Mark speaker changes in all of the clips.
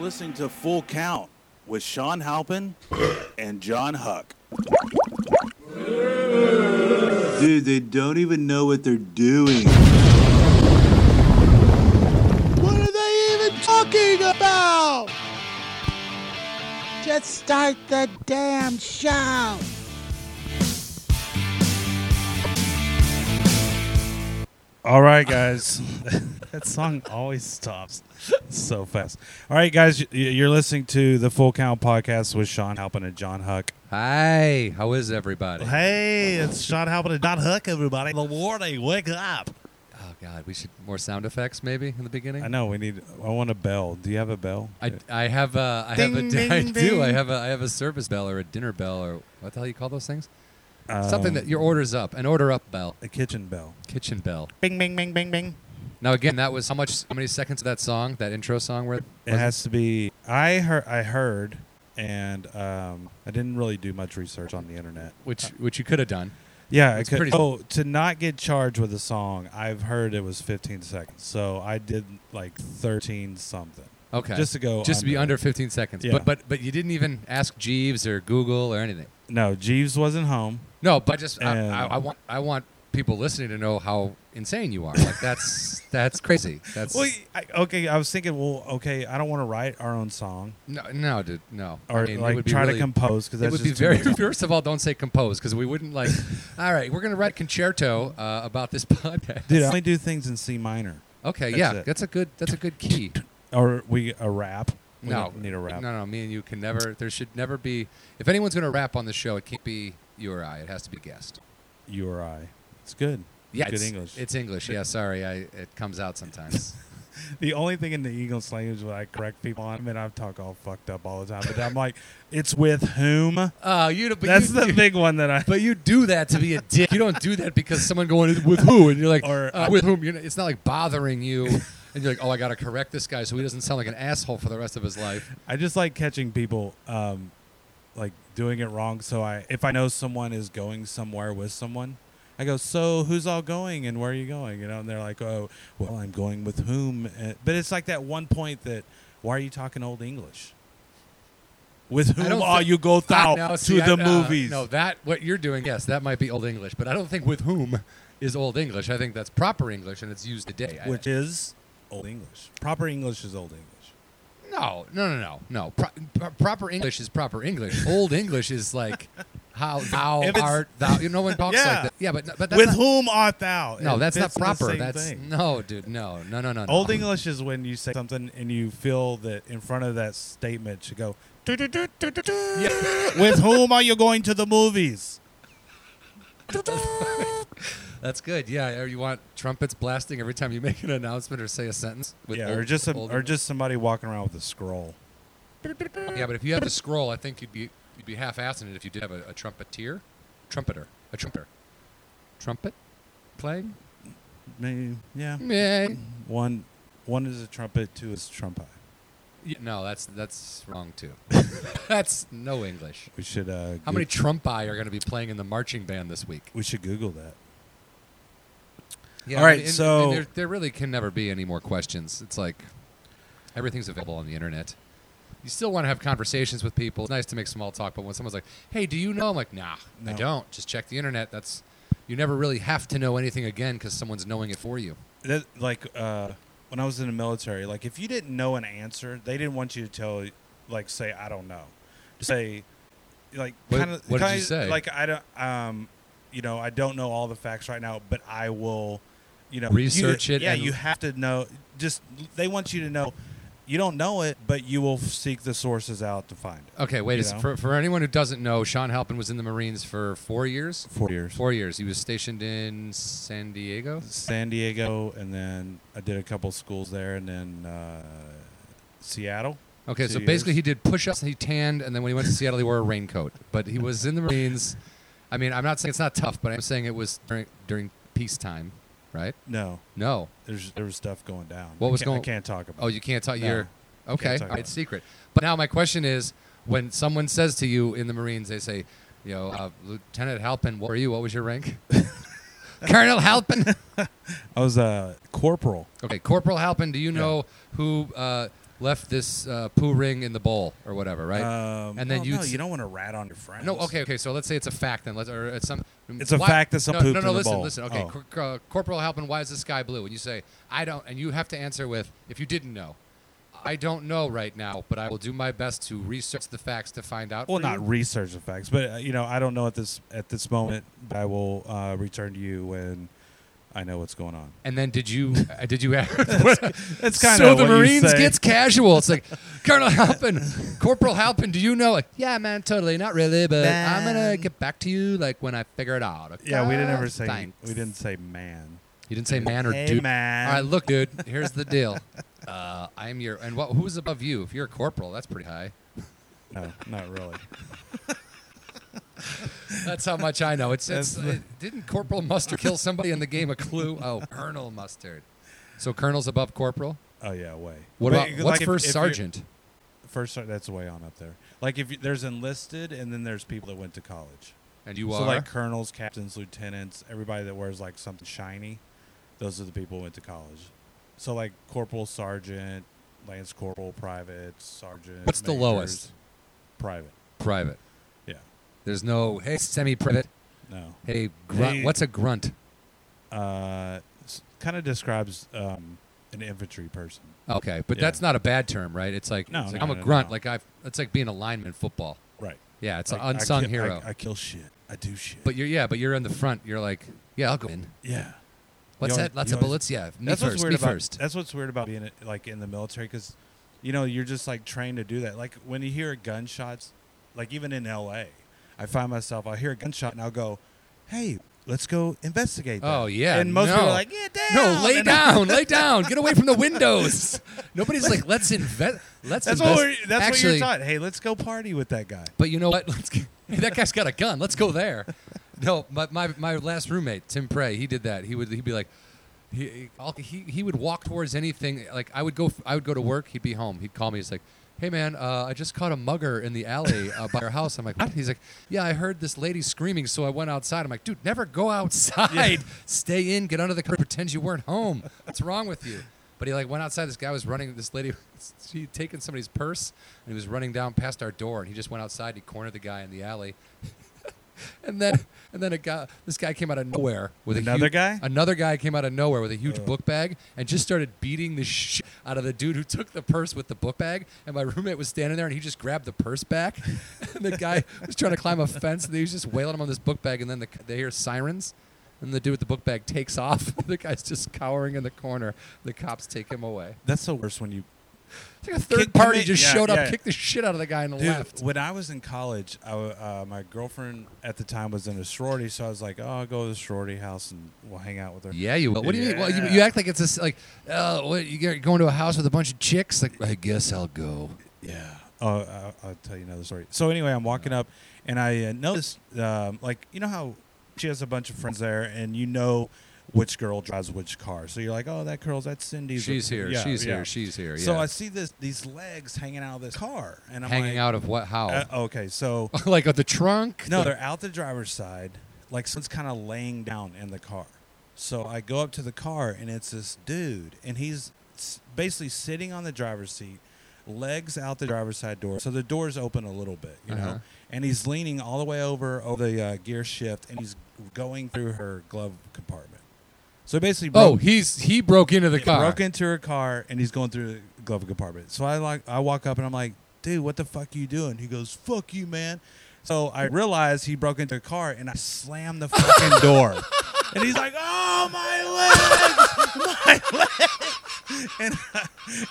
Speaker 1: listening to Full Count with Sean Halpin and John Huck. Dude, they don't even know what they're doing. What are they even talking about? Just start the damn show.
Speaker 2: All right, guys. that song always stops so fast. All right, guys, y- you're listening to the Full Count Podcast with Sean Halpin and John Huck.
Speaker 3: Hi, how is everybody?
Speaker 4: Hey, it's Sean Halpin and Don Hook, everybody. The warning, wake up.
Speaker 3: Oh God, we should more sound effects maybe in the beginning.
Speaker 2: I know we need. I want a bell. Do you have a bell?
Speaker 3: I, I have a I have a
Speaker 4: Ding,
Speaker 3: di- I
Speaker 4: ding,
Speaker 3: do I
Speaker 4: ding.
Speaker 3: have a I have a service bell or a dinner bell or what the hell you call those things?
Speaker 2: Um,
Speaker 3: Something that your order's up, an order up bell,
Speaker 2: a kitchen bell.
Speaker 3: kitchen bell.
Speaker 4: Bing, bing, bing, bing, bing.
Speaker 3: Now again, that was how much how many seconds of that song, that intro song were
Speaker 2: It has to be. I heard. I heard, and um, I didn't really do much research on the internet.
Speaker 3: which which you could have done.
Speaker 2: Yeah, I
Speaker 3: It's
Speaker 2: could.
Speaker 3: pretty-
Speaker 2: Oh, to not get charged with a song, I've heard it was 15 seconds. So I did like 13 something.
Speaker 3: Okay.
Speaker 2: Just to go
Speaker 3: Just to be
Speaker 2: under.
Speaker 3: under 15 seconds.
Speaker 2: Yeah.
Speaker 3: But but but you didn't even ask Jeeves or Google or anything.
Speaker 2: No, Jeeves wasn't home.
Speaker 3: No, but just I,
Speaker 2: And-
Speaker 3: I, I want I want people listening to know how insane you are. Like that's that's crazy. That's
Speaker 2: Well, I, okay, I was thinking, well, okay, I don't want to write our own song
Speaker 3: no no dude no.
Speaker 2: or
Speaker 3: I mean, it
Speaker 2: like
Speaker 3: would be
Speaker 2: try to
Speaker 3: really-
Speaker 2: compose because
Speaker 3: It
Speaker 2: that's
Speaker 3: would be
Speaker 2: just
Speaker 3: very
Speaker 2: too much.
Speaker 3: first of all. Don't say compose because we wouldn't like. all right, we're gonna write concerto uh, about this podcast.
Speaker 2: Dude, I only do things in C minor
Speaker 3: okay,
Speaker 2: that's
Speaker 3: yeah,
Speaker 2: it.
Speaker 3: that's a good that's a good key.
Speaker 2: or we a rap. We
Speaker 3: no,
Speaker 2: don't need a rap.
Speaker 3: No, no, me and you can never. There should never be. If anyone's gonna rap on the show, it can't be you or I. It has to be guest.
Speaker 2: You or I. It's good.
Speaker 3: Yeah,
Speaker 2: good
Speaker 3: it's,
Speaker 2: English.
Speaker 3: It's English. Yeah, sorry, I it comes out sometimes.
Speaker 2: the only thing in the English language that I correct people on. I mean, I talk all fucked up all the time, but I'm like, it's with whom.
Speaker 3: Oh, you. But
Speaker 2: that's
Speaker 3: you,
Speaker 2: the
Speaker 3: you-
Speaker 2: big one that I.
Speaker 3: But you do that to be a dick. You don't do that because someone going with who, and you're like
Speaker 2: Or,
Speaker 3: uh,
Speaker 2: uh,
Speaker 3: with whom. You're not, it's not like bothering you, and you're like, oh, I got to correct this guy so he doesn't sound like an asshole for the rest of his life.
Speaker 2: I just like catching people um, like doing it wrong. So I, if I know someone is going somewhere with someone, I go, "So who's all going and where are you going?" You know, and they're like, "Oh, well, I'm going with whom." Uh, But it's like that one point that why are you talking old English? With
Speaker 3: I
Speaker 2: whom
Speaker 3: don't
Speaker 2: are
Speaker 3: thi-
Speaker 2: you go
Speaker 3: Ah,
Speaker 2: thou
Speaker 3: no,
Speaker 2: to
Speaker 3: see, I-
Speaker 2: the
Speaker 3: uh,
Speaker 2: movies?
Speaker 3: No, that what you're doing. Yes, that might be old English, but I don't think with whom is old English. I think that's proper English, and it's used today. I-
Speaker 2: which is old English. Proper English is old English.
Speaker 3: no, no, no, no, no. Pro- pro- proper English is proper English. Old English is like how thou
Speaker 2: If it's-
Speaker 3: art thou. You know when talks
Speaker 2: Yeah.
Speaker 3: like that. Yeah, but but that's
Speaker 2: With
Speaker 3: not,
Speaker 2: whom art thou?
Speaker 3: No,
Speaker 2: It
Speaker 3: that's not
Speaker 2: fits the
Speaker 3: proper.
Speaker 2: same
Speaker 3: That's
Speaker 2: thing.
Speaker 3: no, dude. No, no, no, no. no.
Speaker 2: Old English is when you say something and you feel that in front of that statement should go. With whom are you going to the movies?
Speaker 3: That's good. Yeah, or you want trumpets blasting every time you make an announcement or say a sentence. with
Speaker 2: yeah,
Speaker 3: old-
Speaker 2: or just a,
Speaker 3: old-
Speaker 2: or just somebody walking around with a scroll.
Speaker 3: yeah. But if you had to scroll, I think you'd be you'd be half-assing it if you did have a, a trumpeteer, trumpeter, a trumpeter, trumpet playing.
Speaker 2: Maybe, yeah.
Speaker 3: Meh.
Speaker 2: One one is a trumpet, two is trumpet.
Speaker 3: Yeah, No, that's that's wrong too. that's no English.
Speaker 2: We should. Uh,
Speaker 3: How many trumpi are going to be playing in the marching band this week?
Speaker 2: We should Google that.
Speaker 3: Yeah,
Speaker 2: All right,
Speaker 3: and- and-
Speaker 2: so-
Speaker 3: and there, there really can never be any more questions. It's like everything's available on the internet. You still want to have conversations with people. It's nice to make small talk, but when someone's like, "Hey, do you know?" I'm like, "Nah, I
Speaker 2: No.
Speaker 3: don't." Just check the internet. That's you never really have to know anything again because someone's knowing it for you.
Speaker 2: that like uh, when I was in the military, like if you didn't know an answer, they didn't want you to tell, like say I don't know, Just say, like
Speaker 3: What-
Speaker 2: kind of
Speaker 3: what did you say?
Speaker 2: Like I don't, um, you know, I don't know all the facts right now, but I will, you know,
Speaker 3: Research
Speaker 2: you,
Speaker 3: it
Speaker 2: Yeah,
Speaker 3: and-
Speaker 2: you have to know. Just they want you to know. You don't know it, but you will seek the sources out to find it.
Speaker 3: Okay, wait.
Speaker 2: You
Speaker 3: a s-
Speaker 2: know?
Speaker 3: For, for anyone who doesn't know, Sean Halpin was in the Marines for four years.
Speaker 2: Four years.
Speaker 3: Four years. He was stationed in San Diego.
Speaker 2: San Diego, and then I did a couple schools there, and then uh, Seattle.
Speaker 3: Okay,
Speaker 2: Two
Speaker 3: so basically
Speaker 2: years.
Speaker 3: he did push-ups and he tanned, and then when he went to Seattle, he wore a raincoat. But he was in the Marines. I mean, I'm not saying it's not tough, but I'm saying it was during during peacetime, right?
Speaker 2: No,
Speaker 3: No.
Speaker 2: There's there was stuff going down.
Speaker 3: What
Speaker 2: I
Speaker 3: was
Speaker 2: can't-
Speaker 3: going-
Speaker 2: I can't talk about.
Speaker 3: Oh, you can't talk.
Speaker 2: No.
Speaker 3: You're okay.
Speaker 2: talk
Speaker 3: all
Speaker 2: about
Speaker 3: right,
Speaker 2: it.
Speaker 3: It's secret. But now my question is, when someone says to you in the Marines, they say, "You know, uh, Lieutenant Halpin, what were you? What was your rank?" Colonel Halpin.
Speaker 2: I was a corporal.
Speaker 3: Okay, Corporal Halpin. Do you know who uh, left this uh, poo ring in the bowl or whatever, right?
Speaker 2: Um,
Speaker 3: and then
Speaker 2: well,
Speaker 3: you
Speaker 2: no, you don't want to rat on your friends.
Speaker 3: No, okay, okay. So let's say it's a fact then. Let's or it's some.
Speaker 2: It's a fact that some
Speaker 3: no,
Speaker 2: pooped
Speaker 3: no,
Speaker 2: in
Speaker 3: no.
Speaker 2: the
Speaker 3: listen,
Speaker 2: bowl.
Speaker 3: listen. Okay,
Speaker 2: Oh.
Speaker 3: Cor- Cor- uh, Corporal Halpin, why is the sky blue? And you say I don't, and you have to answer with if you didn't know. I don't know right now, but I will do my best to research the facts to find out.
Speaker 2: Well,
Speaker 3: for you.
Speaker 2: not research the facts, but uh, you know, I don't know at this at this moment. But I will uh, return to you when I know what's going on.
Speaker 3: And then did you uh, did you ask?
Speaker 2: It's kind
Speaker 3: so
Speaker 2: of
Speaker 3: the
Speaker 2: what you
Speaker 3: Marines
Speaker 2: say.
Speaker 3: gets casual. It's like Colonel Halpin, Corporal Halpin. Do you know? Like, yeah, man, totally, not really, but I'm gonna
Speaker 4: Man.
Speaker 3: get back to you like when I figure it out. okay?
Speaker 2: Yeah, we didn't ever say
Speaker 3: Thanks."
Speaker 2: we didn't say man.
Speaker 3: You didn't say man or
Speaker 4: Hey,
Speaker 3: dude.
Speaker 4: man.
Speaker 3: All right, look, dude. Here's the deal. Uh, I'm your and what? Who's above you? If you're a corporal, that's pretty high.
Speaker 2: No, not really.
Speaker 3: That's how much I know. It's, it's
Speaker 2: That's the-
Speaker 3: it, didn't Corporal Mustard kill somebody in the game of Clue? Oh, Colonel Mustard. So Colonel's above Corporal.
Speaker 2: Oh yeah, way.
Speaker 3: What
Speaker 2: But,
Speaker 3: about what's
Speaker 2: like, if-
Speaker 3: first
Speaker 2: if you're-
Speaker 3: sergeant?
Speaker 2: First sergeant, that's way on up there. Like if you, there's enlisted, and then there's people that went to college.
Speaker 3: And you
Speaker 2: so
Speaker 3: are
Speaker 2: like colonels, captains, lieutenants, everybody that wears like something shiny, those are the people who went to college. So like corporal, sergeant, lance corporal, private, sergeant.
Speaker 3: What's the
Speaker 2: majors,
Speaker 3: lowest?
Speaker 2: Private.
Speaker 3: private.
Speaker 2: Yeah.
Speaker 3: There's no hey semi-private.
Speaker 2: No.
Speaker 3: Hey, grunt.
Speaker 2: Hey.
Speaker 3: What's a grunt?
Speaker 2: Uh, kind of describes um, an infantry person.
Speaker 3: Okay, but
Speaker 2: Yeah.
Speaker 3: that's not a bad term, right? It's like,
Speaker 2: No,
Speaker 3: it's like,
Speaker 2: no,
Speaker 3: I'm a
Speaker 2: no,
Speaker 3: grunt.
Speaker 2: no.
Speaker 3: Like I've. It's like being a lineman in football.
Speaker 2: Right.
Speaker 3: Yeah, it's
Speaker 2: Like, I
Speaker 3: an unsung
Speaker 2: kill-
Speaker 3: hero.
Speaker 2: I, I kill shit. I do shit.
Speaker 3: but you're yeah, but you're in the front. You're like, yeah, I'll go in.
Speaker 2: yeah.
Speaker 3: What's
Speaker 2: You
Speaker 3: that? Lots
Speaker 2: always- you
Speaker 3: of
Speaker 2: always-
Speaker 3: bullets. Yeah, me
Speaker 2: that's
Speaker 3: first.
Speaker 2: what's weird
Speaker 3: Me
Speaker 2: about
Speaker 3: first.
Speaker 2: that's what's weird about being like in the military because you know you're just like trained to do that like when you hear gunshots like even in la i find myself i'll hear a gunshot and i'll go hey let's go investigate that.
Speaker 3: Oh yeah.
Speaker 2: and most people
Speaker 3: no.
Speaker 2: are like yeah
Speaker 3: No, lay down, lay down, get away from the windows. Nobody's like, let's invest. Let's
Speaker 2: that's
Speaker 3: invest.
Speaker 2: what we're, that's
Speaker 3: Actually,
Speaker 2: what you're taught hey let's go party with that guy
Speaker 3: But you know what? Let's get, hey, that guy's got a gun. Let's go there. No, my, my, my last roommate, Tim Prey, he did that. He would he'd be like, he, I'll, he he would walk towards anything. Like I would go I would go to work. He'd be home. He'd call me. He's like, hey man, uh, I just caught a mugger in the alley uh, by our house. I'm like, what? He's like, yeah, I heard this lady screaming, so I went outside. I'm like, dude, never go outside. Stay in. Get under the curb. Pretend you weren't home. What's wrong with you? But he like went outside. This guy was running. This lady, she had taken somebody's purse, and he was running down past our door. And he just went outside. And he cornered the guy in the alley, and then and then a guy, this guy came out of nowhere with a
Speaker 2: Another
Speaker 3: huge,
Speaker 2: guy? Oh.
Speaker 3: Another guy came out of nowhere with a huge book bag and just started beating the shit out of the dude who took the purse with the book bag. And my roommate was standing there, and he just grabbed the purse back. and the guy was trying to climb a fence, and he was just wailing him on this book bag. And then the, they hear sirens. And the dude with the book bag takes off. The guy's just cowering in the corner. The cops take him away.
Speaker 2: that's the worst when you
Speaker 3: It's like a third
Speaker 2: Kick the
Speaker 3: party
Speaker 2: ma-
Speaker 3: just
Speaker 2: yeah,
Speaker 3: showed up,
Speaker 2: yeah.
Speaker 3: kicked the shit out of the guy and
Speaker 2: Dude,
Speaker 3: left.
Speaker 2: when I was in college, I, w- uh, my girlfriend at the time was in a sorority, so I was like, "Oh, I'll go to the sorority house and we'll hang out with her."
Speaker 3: Yeah, you will. What do you mean? Well, you,
Speaker 2: Yeah.
Speaker 3: you act like it's this like, uh, what, you get- going to a house with a bunch of chicks? Like, I guess I'll go.
Speaker 2: Yeah. Oh, I'll, I'll tell you another story. So anyway, I'm walking up, and I uh, noticed, um, like, you know how she has a bunch of friends there, and you know which girl drives which car. So you're like, oh, that girl's that's Cindy's.
Speaker 3: She's here.
Speaker 2: Yeah,
Speaker 3: she's
Speaker 2: yeah.
Speaker 3: here. She's here. Yeah.
Speaker 2: So I see this these legs hanging out of this car, and I'm
Speaker 3: hanging
Speaker 2: like,
Speaker 3: out of what? How?
Speaker 2: uh, okay, so
Speaker 3: like of the trunk?
Speaker 2: no,
Speaker 3: The-
Speaker 2: they're out the driver's side, like someone's kind of laying down in the car. So I go up to the car, and it's this dude, and he's s- basically sitting on the driver's seat, legs out the driver's side door. So the door's open a little bit, you
Speaker 3: Uh-huh.
Speaker 2: know, and he's leaning all the way over over the uh, gear shift, and he's going through her glove compartment. So basically, broke,
Speaker 3: oh, he's he broke into the car.
Speaker 2: broke into her car and he's going through the glove compartment. So I like I walk up and I'm like, dude, what the fuck you doing? He goes, fuck you, man. So I realize he broke into a car and I slammed the fucking door. And he's like, oh my legs, my legs. And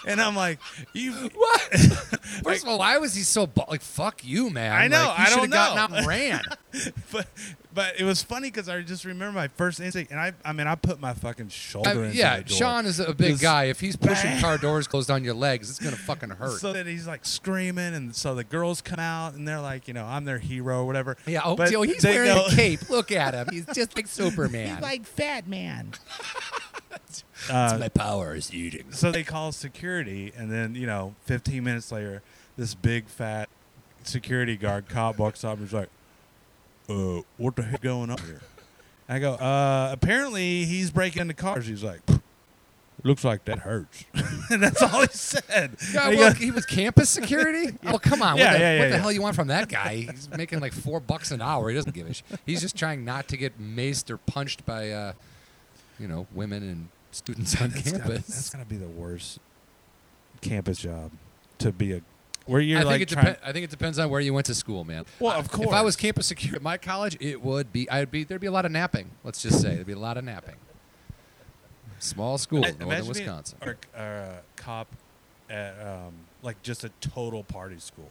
Speaker 2: and I'm like, you
Speaker 3: What? First of all, why was he so bu- like? Fuck you, man.
Speaker 2: I know,
Speaker 3: Like, he
Speaker 2: I
Speaker 3: should've
Speaker 2: don't
Speaker 3: gotten
Speaker 2: know.
Speaker 3: out and ran.
Speaker 2: but but it was funny because I just remember my first instinct, and I I mean I put my fucking shoulder
Speaker 3: I-
Speaker 2: into
Speaker 3: yeah,
Speaker 2: the door.
Speaker 3: Sean is a big
Speaker 2: This-
Speaker 3: guy. If he's pushing
Speaker 2: Bang.
Speaker 3: car doors closed on your legs, it's gonna fucking hurt.
Speaker 2: So then he's like screaming, and so the girls come out, and they're like, you know, I'm their hero or whatever.
Speaker 3: yeah, oh,
Speaker 2: But
Speaker 3: yo, he's
Speaker 2: they
Speaker 3: wearing
Speaker 2: go-
Speaker 3: a cape. Look at him. He's just like Superman.
Speaker 4: Fat Man.
Speaker 2: Uh,
Speaker 3: my power is eating.
Speaker 2: so they call security, and then you know, 15 minutes later, this big fat security guard cop walks up and he's like, "Uh, what the heck going on here?" I go, "Uh, apparently he's breaking into cars." He's like, looks like that hurts. and that's all he said.
Speaker 3: Yeah,
Speaker 2: And he
Speaker 3: well,
Speaker 2: goes-
Speaker 3: he was campus security. Oh, come on!
Speaker 2: Yeah,
Speaker 3: what the,
Speaker 2: yeah, yeah,
Speaker 3: what the
Speaker 2: yeah.
Speaker 3: hell you want from that guy? He's making like four bucks an hour. He doesn't give a sh He's just trying not to get maced or punched by, uh, you know, women and students on
Speaker 2: that's gotta-
Speaker 3: campus.
Speaker 2: that's gotta be the worst campus job to be a where you're
Speaker 3: I think
Speaker 2: like
Speaker 3: it
Speaker 2: trying.
Speaker 3: depends. I think it depends on where you went to school, man.
Speaker 2: Well,
Speaker 3: I-
Speaker 2: of
Speaker 3: If I was
Speaker 2: course.
Speaker 3: campus security at my college, it would be. I'd be. There'd be a lot of napping. Let's just say there'd be a lot of napping. Small school,
Speaker 2: I-
Speaker 3: northern
Speaker 2: imagine being-
Speaker 3: Wisconsin.
Speaker 2: or, or a cop at um, like just a total party school.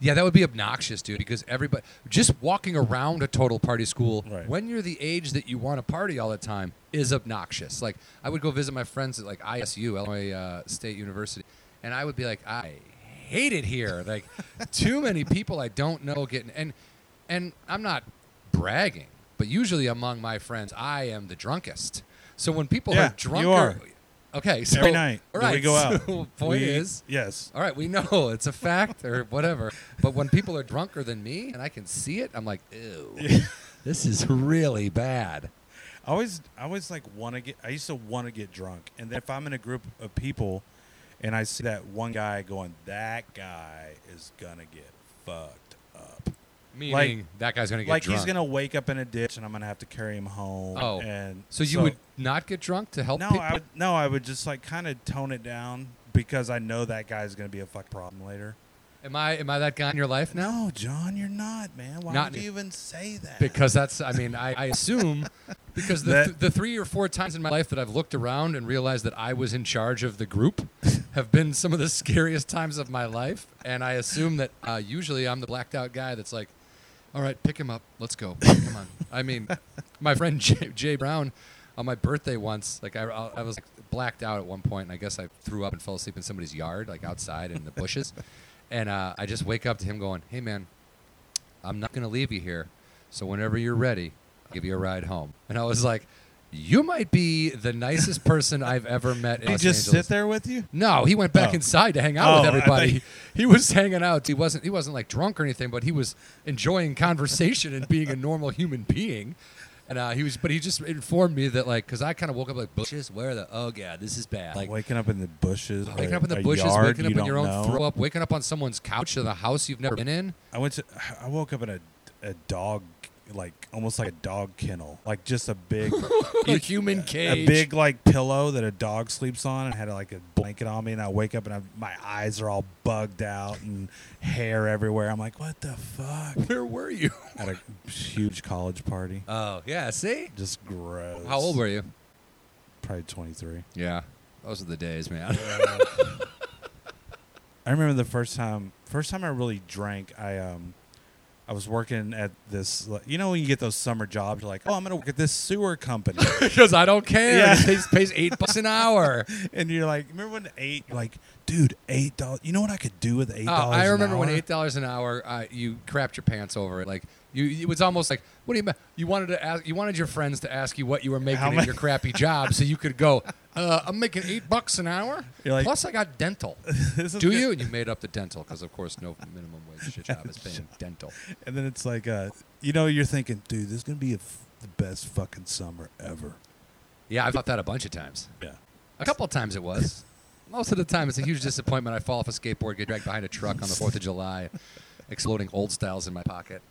Speaker 3: Yeah, that would be obnoxious, dude, because everybody just walking around a total party school
Speaker 2: Right.
Speaker 3: when you're the age that you want to party all the time is obnoxious. Like I would go visit my friends at like ISU, Illinois uh, State University, and I would be like, I hate it here. Like too many people I don't know getting and and I'm not bragging, but usually among my friends, I am the drunkest. So when people
Speaker 2: Yeah,
Speaker 3: are drunk,
Speaker 2: you are.
Speaker 3: okay, so
Speaker 2: Every night
Speaker 3: all
Speaker 2: that
Speaker 3: right,
Speaker 2: we go out.
Speaker 3: so point
Speaker 2: we-
Speaker 3: Oh, is,
Speaker 2: yes,
Speaker 3: all right, we know it's a fact or whatever. But when people are drunker than me and I can see it, I'm like, ew, this is really bad.
Speaker 2: I always I always like want to get. I used to want to get drunk, and then if I'm in a group of people, and I see that one guy going, that guy is gonna get fucked up.
Speaker 3: Meaning
Speaker 2: Like-
Speaker 3: that guy's gonna get
Speaker 2: like
Speaker 3: drunk.
Speaker 2: he's gonna wake up in a ditch, and I'm gonna have to carry him home.
Speaker 3: Oh,
Speaker 2: and
Speaker 3: so you would not get drunk to help
Speaker 2: No,
Speaker 3: people?
Speaker 2: I would, no, I would just like kind of tone it down because I know that guy's gonna be a fuck problem later.
Speaker 3: am I am I that guy in your life now?
Speaker 2: No, John, you're not, man. Why
Speaker 3: Not
Speaker 2: would
Speaker 3: me.
Speaker 2: you even say that?
Speaker 3: Because that's I mean I, I assume because the,
Speaker 2: That-
Speaker 3: th- the three or four times in my life that I've looked around and realized that I was in charge of the group have been some of the scariest times of my life, and I assume that uh, usually I'm the blacked out guy that's like, all right, pick him up, let's go, come on. I mean, my friend Jay, Jay Brown on my birthday once, like I, I I was like, blacked out at one point, and I guess I threw up and fell asleep in somebody's yard, like outside in the bushes, and uh, I just wake up to him going, hey man. I'm not going to leave you here. So whenever you're ready, I'll give you a ride home. And I was like, you might be the nicest person I've ever met in
Speaker 2: Did he
Speaker 3: Los
Speaker 2: just
Speaker 3: Angeles.
Speaker 2: sit there with you?
Speaker 3: No, he went back
Speaker 2: Oh.
Speaker 3: inside to hang out
Speaker 2: Oh,
Speaker 3: with
Speaker 2: I
Speaker 3: everybody.
Speaker 2: think-
Speaker 3: He was hanging out. He wasn't he wasn't like drunk or anything, but he was enjoying conversation and being a normal human being. And uh, he was, but he just informed me that like, because I kind of woke up like bushes. Where the oh god, this is bad. Like
Speaker 2: waking up in the bushes.
Speaker 3: waking
Speaker 2: or
Speaker 3: up in the
Speaker 2: a
Speaker 3: bushes,
Speaker 2: yard
Speaker 3: waking up
Speaker 2: you
Speaker 3: in your own
Speaker 2: don't know.
Speaker 3: throw up, waking up on someone's couch in the house you've never been in.
Speaker 2: I went to. I woke up in a a dog like almost like a dog kennel, like just a big
Speaker 3: A human cage.
Speaker 2: a big like pillow that a dog sleeps on, and had like a blanket on me, and I wake up and I, my eyes are all bugged out and hair everywhere. I'm like, what the fuck?
Speaker 3: Where were you?
Speaker 2: At a huge college party,
Speaker 3: Oh yeah, see.
Speaker 2: just gross.
Speaker 3: How old were you?
Speaker 2: Probably 23.
Speaker 3: Yeah, those are the days, man.
Speaker 2: I remember the first time first time I really drank, I um I was working at this like, you know when you get those summer jobs you're like, "Oh, I'm going to work at this sewer company."
Speaker 3: Because I don't care.
Speaker 2: Yeah.
Speaker 3: It pays, pays eight bucks an hour.
Speaker 2: and you're like, "Remember when 8 you're like, dude, $8. You know what I could do with $8?"
Speaker 3: Oh, I
Speaker 2: an
Speaker 3: remember when
Speaker 2: hour?
Speaker 3: eight dollars an hour, uh, you crapped your pants over it. Like you, it was almost like, what do you mean? You wanted to ask, you wanted your friends to ask you what you were making
Speaker 2: How
Speaker 3: at
Speaker 2: much-
Speaker 3: your crappy job, so you could go. Uh, I'm making eight bucks an hour.
Speaker 2: You're like-
Speaker 3: Plus, I got dental.
Speaker 2: This is
Speaker 3: Do
Speaker 2: good.
Speaker 3: you? And you made up the dental because, of course, no minimum wage job is paying dental.
Speaker 2: And then it's like uh you know you're thinking, "Dude, this is going to be a f- the best fucking summer ever."
Speaker 3: Yeah, I've thought that a bunch of times.
Speaker 2: Yeah.
Speaker 3: A couple of times it was. Most of the time, it's a huge disappointment. I fall off a skateboard, get dragged behind a truck on the Fourth of July, exploding old styles in my pocket.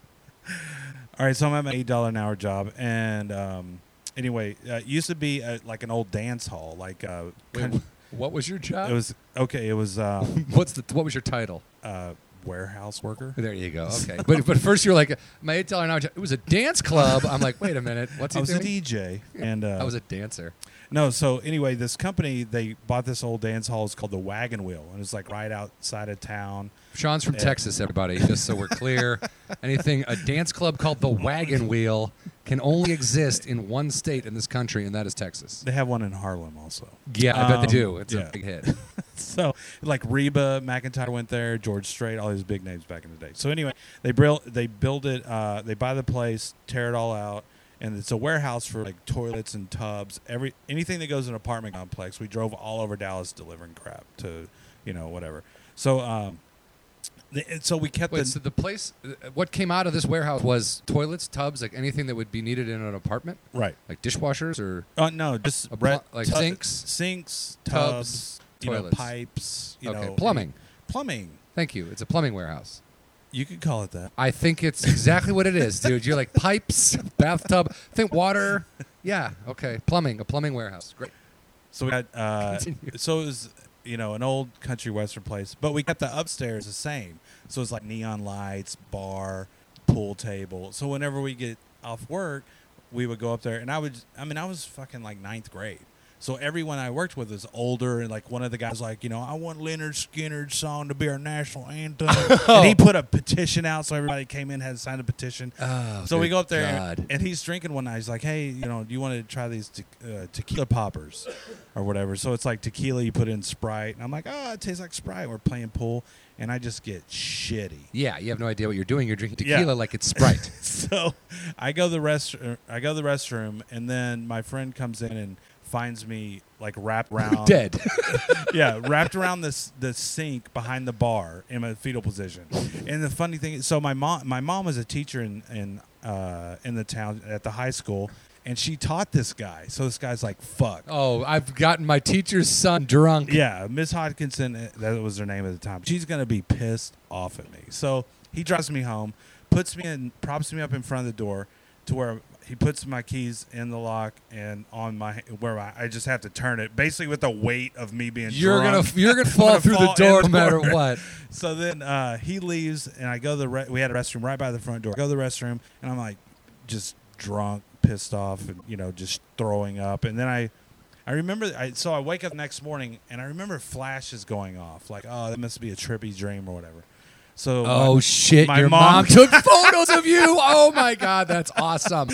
Speaker 2: All right, so I'm at my eight dollar an hour job, and um, anyway, uh, it used to be uh like an old dance hall, like uh,
Speaker 3: Wait,
Speaker 2: country-
Speaker 3: wh- what was your job?
Speaker 2: it was okay. It was um,
Speaker 3: What's the What was your title?
Speaker 2: uh, warehouse worker.
Speaker 3: There you go. Okay, but but first you're like my eight dollar an hour. Job. It was a dance club. I'm like, wait a minute, what's he
Speaker 2: I was a
Speaker 3: doing?
Speaker 2: DJ, and uh,
Speaker 3: I was a dancer.
Speaker 2: no. So anyway, this company they bought this old dance hall. It's called the Wagon Wheel, and it's like right outside of town.
Speaker 3: Sean's from
Speaker 2: Yeah.
Speaker 3: Texas, everybody. Just so we're clear, anything a dance club called the Wagon Wheel can only exist in one state in this country, and that is Texas.
Speaker 2: They have one in Harlem also.
Speaker 3: Yeah, I bet they
Speaker 2: Um,
Speaker 3: do. It's
Speaker 2: yeah.
Speaker 3: a big hit.
Speaker 2: so like Reba McIntyre went there, George Strait, all these big names back in the day. So anyway, they build they build it, uh, they buy the place, tear it all out, and it's a warehouse for like toilets and tubs, every anything that goes in an apartment complex. We drove all over Dallas delivering crap to, you know, whatever. So um, The- and so we kept
Speaker 3: Wait,
Speaker 2: the,
Speaker 3: so the place, uh, what came out of this warehouse was toilets, tubs, like anything that would be needed in an apartment,
Speaker 2: right.
Speaker 3: like dishwashers or
Speaker 2: Oh no, just
Speaker 3: A pl-
Speaker 2: red,
Speaker 3: like
Speaker 2: tu-
Speaker 3: sinks?
Speaker 2: sinks,
Speaker 3: Tubs,
Speaker 2: tubs, you know,
Speaker 3: toilets.
Speaker 2: pipes, you
Speaker 3: Okay,
Speaker 2: know,
Speaker 3: plumbing.
Speaker 2: plumbing.
Speaker 3: Thank you. It's a plumbing warehouse.
Speaker 2: You could call it that.
Speaker 3: I think it's exactly what it is, dude. You're like pipes, bathtub, think water. Yeah, okay. Plumbing, a plumbing warehouse. Great.
Speaker 2: So we got uh,
Speaker 3: Continue.
Speaker 2: so it was you know an old country western place, but we kept the upstairs the same. So it's like neon lights, bar, pool table. So whenever we get off work, we would go up there, and I would I mean I was fucking like ninth grade. So everyone I worked with was older, and like one of the guys, like you know, I want Leonard Skinner's song to be our national anthem, and he put a petition out, so everybody came in had to sign a petition.
Speaker 3: Oh,
Speaker 2: So we
Speaker 3: good
Speaker 2: go up there,
Speaker 3: God.
Speaker 2: and he's drinking one night. He's like, "Hey, you know, do you want to try these te- uh, tequila poppers or whatever?" So it's like tequila you put in Sprite, and I'm like, "Oh, it tastes like Sprite." We're playing pool, and I just get shitty.
Speaker 3: Yeah, you have no idea what you're doing. You're drinking
Speaker 2: Yeah.
Speaker 3: tequila like it's Sprite.
Speaker 2: So I go to the rest, er, I go to the restroom, and then my friend comes in and finds me like wrapped around,
Speaker 3: Dead.
Speaker 2: yeah, wrapped around this the sink behind the bar in a fetal position. And the funny thing is, so my mom my mom was a teacher in in uh, in the town at the high school, and she taught this guy. So this guy's like, "Fuck,
Speaker 3: Oh, I've gotten my teacher's son drunk.
Speaker 2: yeah, Miss Hodgkinson, uh, that was her name at the time. She's gonna be pissed off at me. So he drives me home, puts me in, props me up in front of the door to where he puts my keys in the lock and on my where I, I just have to turn it, basically with the weight of me being.
Speaker 3: You're
Speaker 2: drunk.
Speaker 3: gonna you're gonna fall
Speaker 2: gonna
Speaker 3: through
Speaker 2: fall
Speaker 3: the
Speaker 2: in
Speaker 3: door
Speaker 2: the
Speaker 3: no matter
Speaker 2: door.
Speaker 3: what.
Speaker 2: So then uh, he leaves, and I go to the re- we had a restroom right by the front door. I go to the restroom, and I'm like, just drunk, pissed off, and you know, just throwing up. And then I, I remember, I so I wake up the next morning, and I remember flashes going off, like, oh, that must be a trippy dream or whatever. So
Speaker 3: Oh
Speaker 2: my-
Speaker 3: shit!
Speaker 2: my
Speaker 3: your mom,
Speaker 2: mom-
Speaker 3: took photos of you. Oh my god, that's awesome.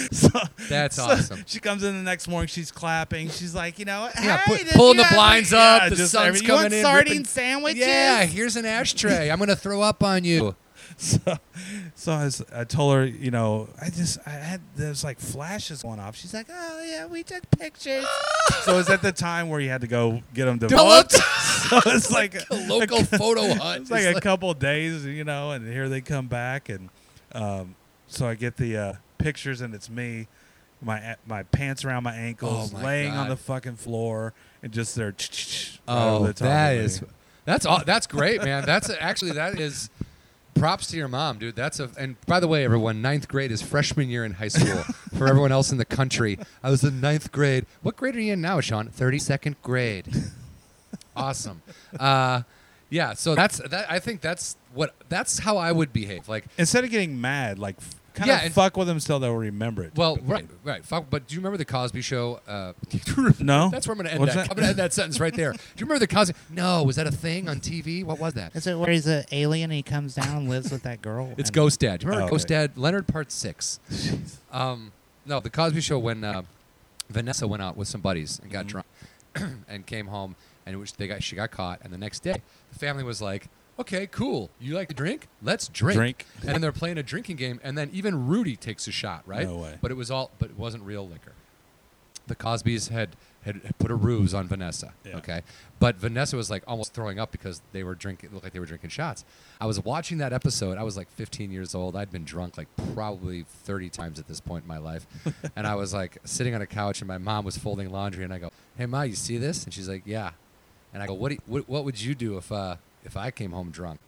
Speaker 3: that's awesome.
Speaker 2: She comes in the next morning. She's clapping. She's like, you know,
Speaker 3: Yeah,
Speaker 2: hey,
Speaker 3: put-
Speaker 2: did
Speaker 3: pulling
Speaker 2: you
Speaker 3: the
Speaker 2: have-
Speaker 3: blinds up, the
Speaker 2: just
Speaker 3: sun's
Speaker 2: every- you
Speaker 3: coming
Speaker 2: want
Speaker 3: in,
Speaker 2: Sardine
Speaker 3: ripping-
Speaker 2: sandwiches.
Speaker 3: Yeah, here's an ashtray. I'm gonna throw up on you.
Speaker 2: So, so I, was, I told her, you know, I just I had there's like flashes going off. She's like, oh yeah, we took pictures. so it was at the time where you had to go get them developed.
Speaker 3: Developed
Speaker 2: so it's like
Speaker 3: a local photo hut.
Speaker 2: it's
Speaker 3: Just
Speaker 2: like a
Speaker 3: like-
Speaker 2: couple of days, you know, and here they come back, and um, so I get the uh, pictures, and it's me, my my pants around my ankles,
Speaker 3: Oh, my
Speaker 2: laying on
Speaker 3: God.
Speaker 2: the fucking floor, and just there. right
Speaker 3: Oh,
Speaker 2: over the top
Speaker 3: that
Speaker 2: of me.
Speaker 3: is that's aw- that's great, man. That's actually that is props to your mom, dude. That's a and by the way, everyone, ninth grade is freshman year in high school for everyone else in the country. I was in ninth grade. What grade are you in now, Sean? Thirty second grade. Awesome. Uh, yeah, so that's that. I think that's what that's how I would behave. Like,
Speaker 2: instead of getting mad, like kind
Speaker 3: Yeah,
Speaker 2: of
Speaker 3: and-
Speaker 2: fuck with them so they'll remember it.
Speaker 3: well, right, right. Fuck, but do you remember the Cosby Show? Uh, do you remember-
Speaker 2: No.
Speaker 3: that's where I'm going to end
Speaker 2: What's
Speaker 3: that.
Speaker 2: that?
Speaker 3: I'm going to end that sentence right there. Do you remember the Cosby? No, was that a thing on TV? What was that?
Speaker 4: Is it where he's an alien and he comes down and lives with that girl?
Speaker 3: It's
Speaker 4: and-
Speaker 3: Ghost Dad. Do you remember
Speaker 2: Oh,
Speaker 3: Ghost
Speaker 2: okay.
Speaker 3: Dad? Leonard Part Six. um, no, the Cosby Show when uh, Vanessa went out with some buddies and
Speaker 2: Mm-hmm.
Speaker 3: got drunk and came home and which they got she got caught and the next day the family was like, okay, cool. You like to drink? Let's drink.
Speaker 2: Drink.
Speaker 3: And they're playing a drinking game and then even Rudy takes a shot, right?
Speaker 2: No way.
Speaker 3: But it was all, but it wasn't real liquor. The Cosbys had. Had had put a ruse on Vanessa,
Speaker 2: Yeah.
Speaker 3: okay, but Vanessa was like almost throwing up because they were drinking. It looked like they were drinking shots. I was watching that episode. I was like 15 years old. I'd been drunk like probably 30 times at this point in my life, and I was like sitting on a couch, and my mom was folding laundry, and I go, "Hey, ma, you see this?" And she's like, "Yeah," and I go, "What? do you- what, what would you do if uh, if I came home drunk?"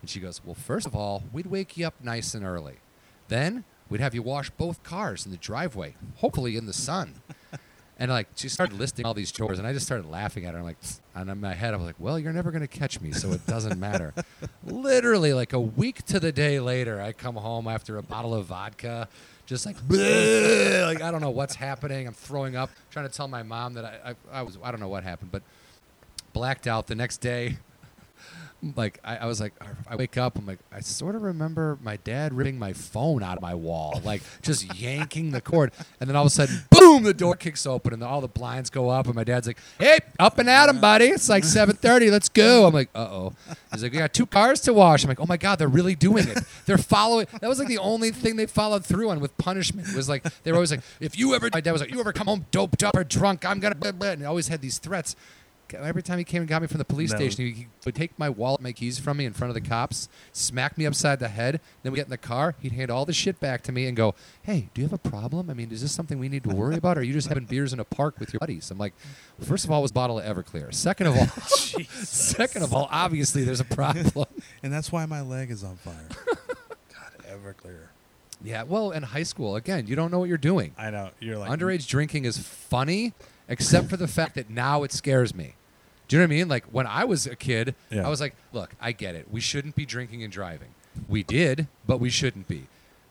Speaker 3: And she goes, Well, first of all, we'd wake you up nice and early. Then we'd have you wash both cars in the driveway, hopefully in the sun. And like she started listing all these chores, and I just started laughing at her. I'm like, "Tsk." and in my head, I was like, "Well, you're never gonna catch me, so it doesn't matter." Literally, like a week to the day later, I come home after a bottle of vodka, just like, "Bleh," like I don't know what's happening. I'm throwing up, trying to tell my mom that I, I, I was, I don't know what happened, but blacked out the next day. Like I, I was like, I wake up. I'm like, I sort of remember my dad ripping my phone out of my wall, like just yanking the cord, and then all of a sudden, boom! The door kicks open, and all the blinds go up, and my dad's like, "Hey, up and at 'em, buddy! It's like 7:30. Let's go!" I'm like, "Uh oh." He's like, "We got two cars to wash." I'm like, "Oh my god, they're really doing it. They're following." That was like the only thing they followed through on with punishment was like they were always like, "If you ever," my dad was like, "You ever come home doped up or drunk, I'm gonna," blah, blah," and they always had these threats. every time he came and got me from the police
Speaker 2: No.
Speaker 3: station, he, he would take my wallet, my keys from me in front of the cops, smack me upside the head. Then we get in the car, he'd hand all the shit back to me and go, "Hey, do you have a problem? I mean, is this something we need to worry about? Or are you just having beers in a park with your buddies?" I'm like, first of all, it was a bottle of Everclear. Second of all, second of all, obviously there's a problem.
Speaker 2: And that's why my leg is on fire. God, Everclear.
Speaker 3: yeah, well, in high school, again, you don't know what you're doing.
Speaker 2: I know. You're like
Speaker 3: underage drinking is funny, except for the fact that now it scares me. Do you know what I mean? Like when I was a kid,
Speaker 2: Yeah.
Speaker 3: I was like, look, I get it. We shouldn't be drinking and driving. We did, but we shouldn't be.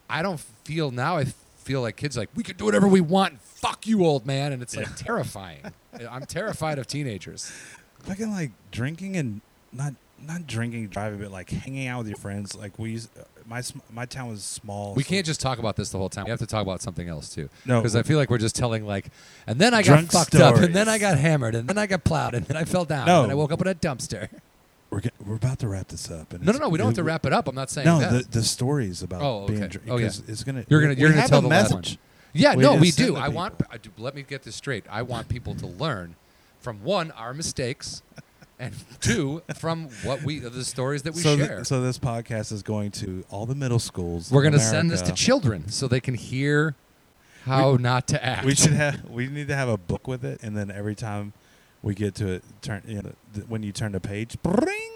Speaker 3: I don't feel now, I feel like kids like, we can do whatever we want. and Fuck you, old man. And it's like terrifying. I'm terrified of teenagers.
Speaker 2: fucking like drinking and not not drinking driving but like hanging out with your friends like we used, uh, my sm- my town was small
Speaker 3: We
Speaker 2: so-
Speaker 3: can't just talk about this the whole time. We have to talk about something else too.
Speaker 2: No.
Speaker 3: because I feel like we're just telling like, and then I got
Speaker 2: Drunk
Speaker 3: fucked up, and then I
Speaker 2: stories.
Speaker 3: got hammered, and then I got plowed, and then I fell down,
Speaker 2: No.
Speaker 3: and then I woke up in a dumpster.
Speaker 2: we're, get- we're about to wrap this up and
Speaker 3: No, no,
Speaker 2: it's-
Speaker 3: no. We don't have to
Speaker 2: it-
Speaker 3: wrap it up. I'm not saying
Speaker 2: no
Speaker 3: that.
Speaker 2: the, the stories about
Speaker 3: Oh, okay.
Speaker 2: being dr-
Speaker 3: Oh, yeah.
Speaker 2: because it's gonna
Speaker 3: you're gonna
Speaker 2: we-
Speaker 3: you're
Speaker 2: we
Speaker 3: gonna
Speaker 2: have
Speaker 3: tell
Speaker 2: a
Speaker 3: the last
Speaker 2: message
Speaker 3: one. Yeah,
Speaker 2: We
Speaker 3: no,
Speaker 2: didn't
Speaker 3: we
Speaker 2: send
Speaker 3: do.
Speaker 2: to
Speaker 3: I want.
Speaker 2: people.
Speaker 3: I do, let me get this straight. I want people to learn from one our mistakes, and two from what we the stories that we
Speaker 2: so, th-
Speaker 3: share.
Speaker 2: so this podcast is going to all the middle schools
Speaker 3: We're
Speaker 2: in
Speaker 3: gonna send this to
Speaker 2: America.
Speaker 3: children so they can hear how not to act.
Speaker 2: we should have we need to have a book with it and then every time we get to it turn you know, th- when you turn the page bring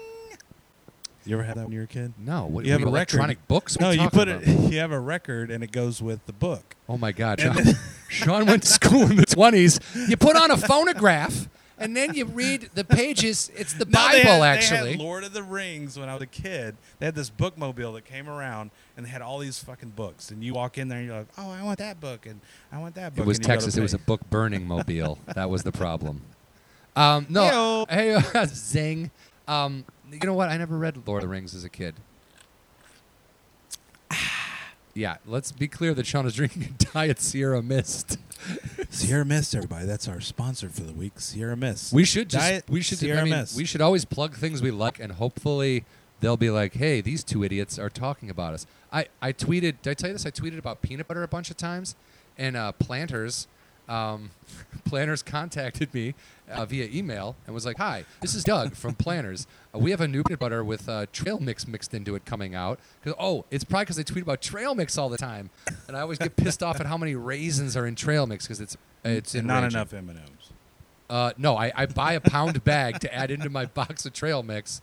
Speaker 2: you ever had that when you were a kid
Speaker 3: no. What,
Speaker 2: you have
Speaker 3: what
Speaker 2: a record.
Speaker 3: electronic books? What
Speaker 2: no
Speaker 3: are
Speaker 2: you
Speaker 3: talking
Speaker 2: put
Speaker 3: about?
Speaker 2: it you have a record and it goes with the book
Speaker 3: Oh my God, Sean, Sean went to school in the twenties. You put on a phonograph, and then you read the pages. It's the
Speaker 2: No, they
Speaker 3: Bible,
Speaker 2: had-
Speaker 3: actually.
Speaker 2: They had Lord of the Rings when I was a kid. They had this bookmobile that came around and they had all these fucking books. And you walk in there and you're like, oh, I want that book and I want that book.
Speaker 3: It was
Speaker 2: and you go to
Speaker 3: Texas. It was a
Speaker 2: pay.
Speaker 3: book burning mobile. that was the problem. Um, no, hey, zing. Um, you know what? I never read Lord of the Rings as a kid. Yeah, let's be clear that Sean is drinking a diet Sierra Mist.
Speaker 2: Sierra Mist, everybody. That's our sponsor for the week, Sierra Mist.
Speaker 3: We should just
Speaker 2: Diet
Speaker 3: we should
Speaker 2: Sierra
Speaker 3: I mean,
Speaker 2: Mist.
Speaker 3: we should always plug things we like and hopefully they'll be like, "Hey, these two idiots are talking about us." I I tweeted, did I tell you this? I tweeted about peanut butter a bunch of times and uh, planters um, planners contacted me uh, via email and was like, "Hi, this is Doug from Planners. Uh, we have a new peanut butter with uh, trail mix mixed into it coming out. 'Cause- oh, it's probably because they tweet about trail mix all the time, and I always get pissed off at how many raisins are in trail mix because it's it's
Speaker 2: and not
Speaker 3: enraging.
Speaker 2: enough M&M's.
Speaker 3: Uh, no, I, I buy a pound bag to add into my box of trail mix,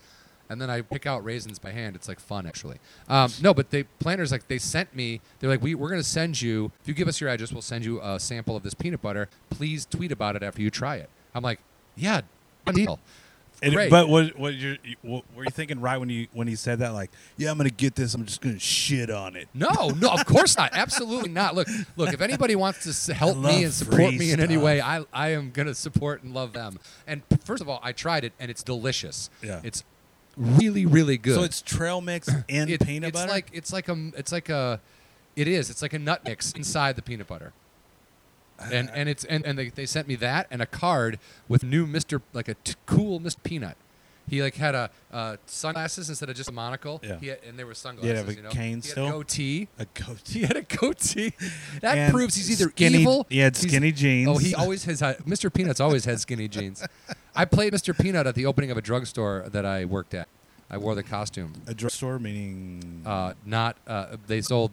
Speaker 3: and then I pick out raisins by hand. It's like fun, actually. Um, no, but they planners like they sent me. They're like, we we're gonna send you. If you give us your address, we'll send you a sample of this peanut butter. Please tweet about it after you try it. I'm like, yeah, done deal.
Speaker 2: And-
Speaker 3: Great.
Speaker 2: But what, what you're, you- what were you thinking right when you when he said that? Like, yeah, I'm gonna get this. I'm just gonna shit on it.
Speaker 3: No, no, of course not. Absolutely not. Look, look. If anybody wants to s- help
Speaker 2: love
Speaker 3: me and support
Speaker 2: free
Speaker 3: me in any
Speaker 2: stuff.
Speaker 3: way, I, I am gonna support and love them. And p- first of all, I tried it and it's delicious.
Speaker 2: Yeah.
Speaker 3: it's really, really good.
Speaker 2: So it's trail mix and
Speaker 3: It-
Speaker 2: peanut
Speaker 3: it's
Speaker 2: butter.
Speaker 3: like it's like a it's like a it is it's like a nut mix inside the peanut butter and and it's and, and they, they sent me that and a card with new mr like a t- cool mr peanut he like had a uh, sunglasses instead of just a monocle
Speaker 2: Yeah.
Speaker 3: he had, and they were sunglasses
Speaker 2: have a
Speaker 3: you know
Speaker 2: cane
Speaker 3: he had
Speaker 2: still?
Speaker 3: a goatee
Speaker 2: a goatee.
Speaker 3: he had a goatee. That
Speaker 2: And
Speaker 3: proves he's either
Speaker 2: skinny-
Speaker 3: evil.
Speaker 2: he had
Speaker 3: he's-
Speaker 2: skinny jeans.
Speaker 3: Oh, he always has. had- Mr. Peanut's always had skinny jeans. I played Mr. Peanut at the opening of a drugstore that I worked at. I wore the costume
Speaker 2: A drugstore meaning
Speaker 3: uh, not uh, they sold,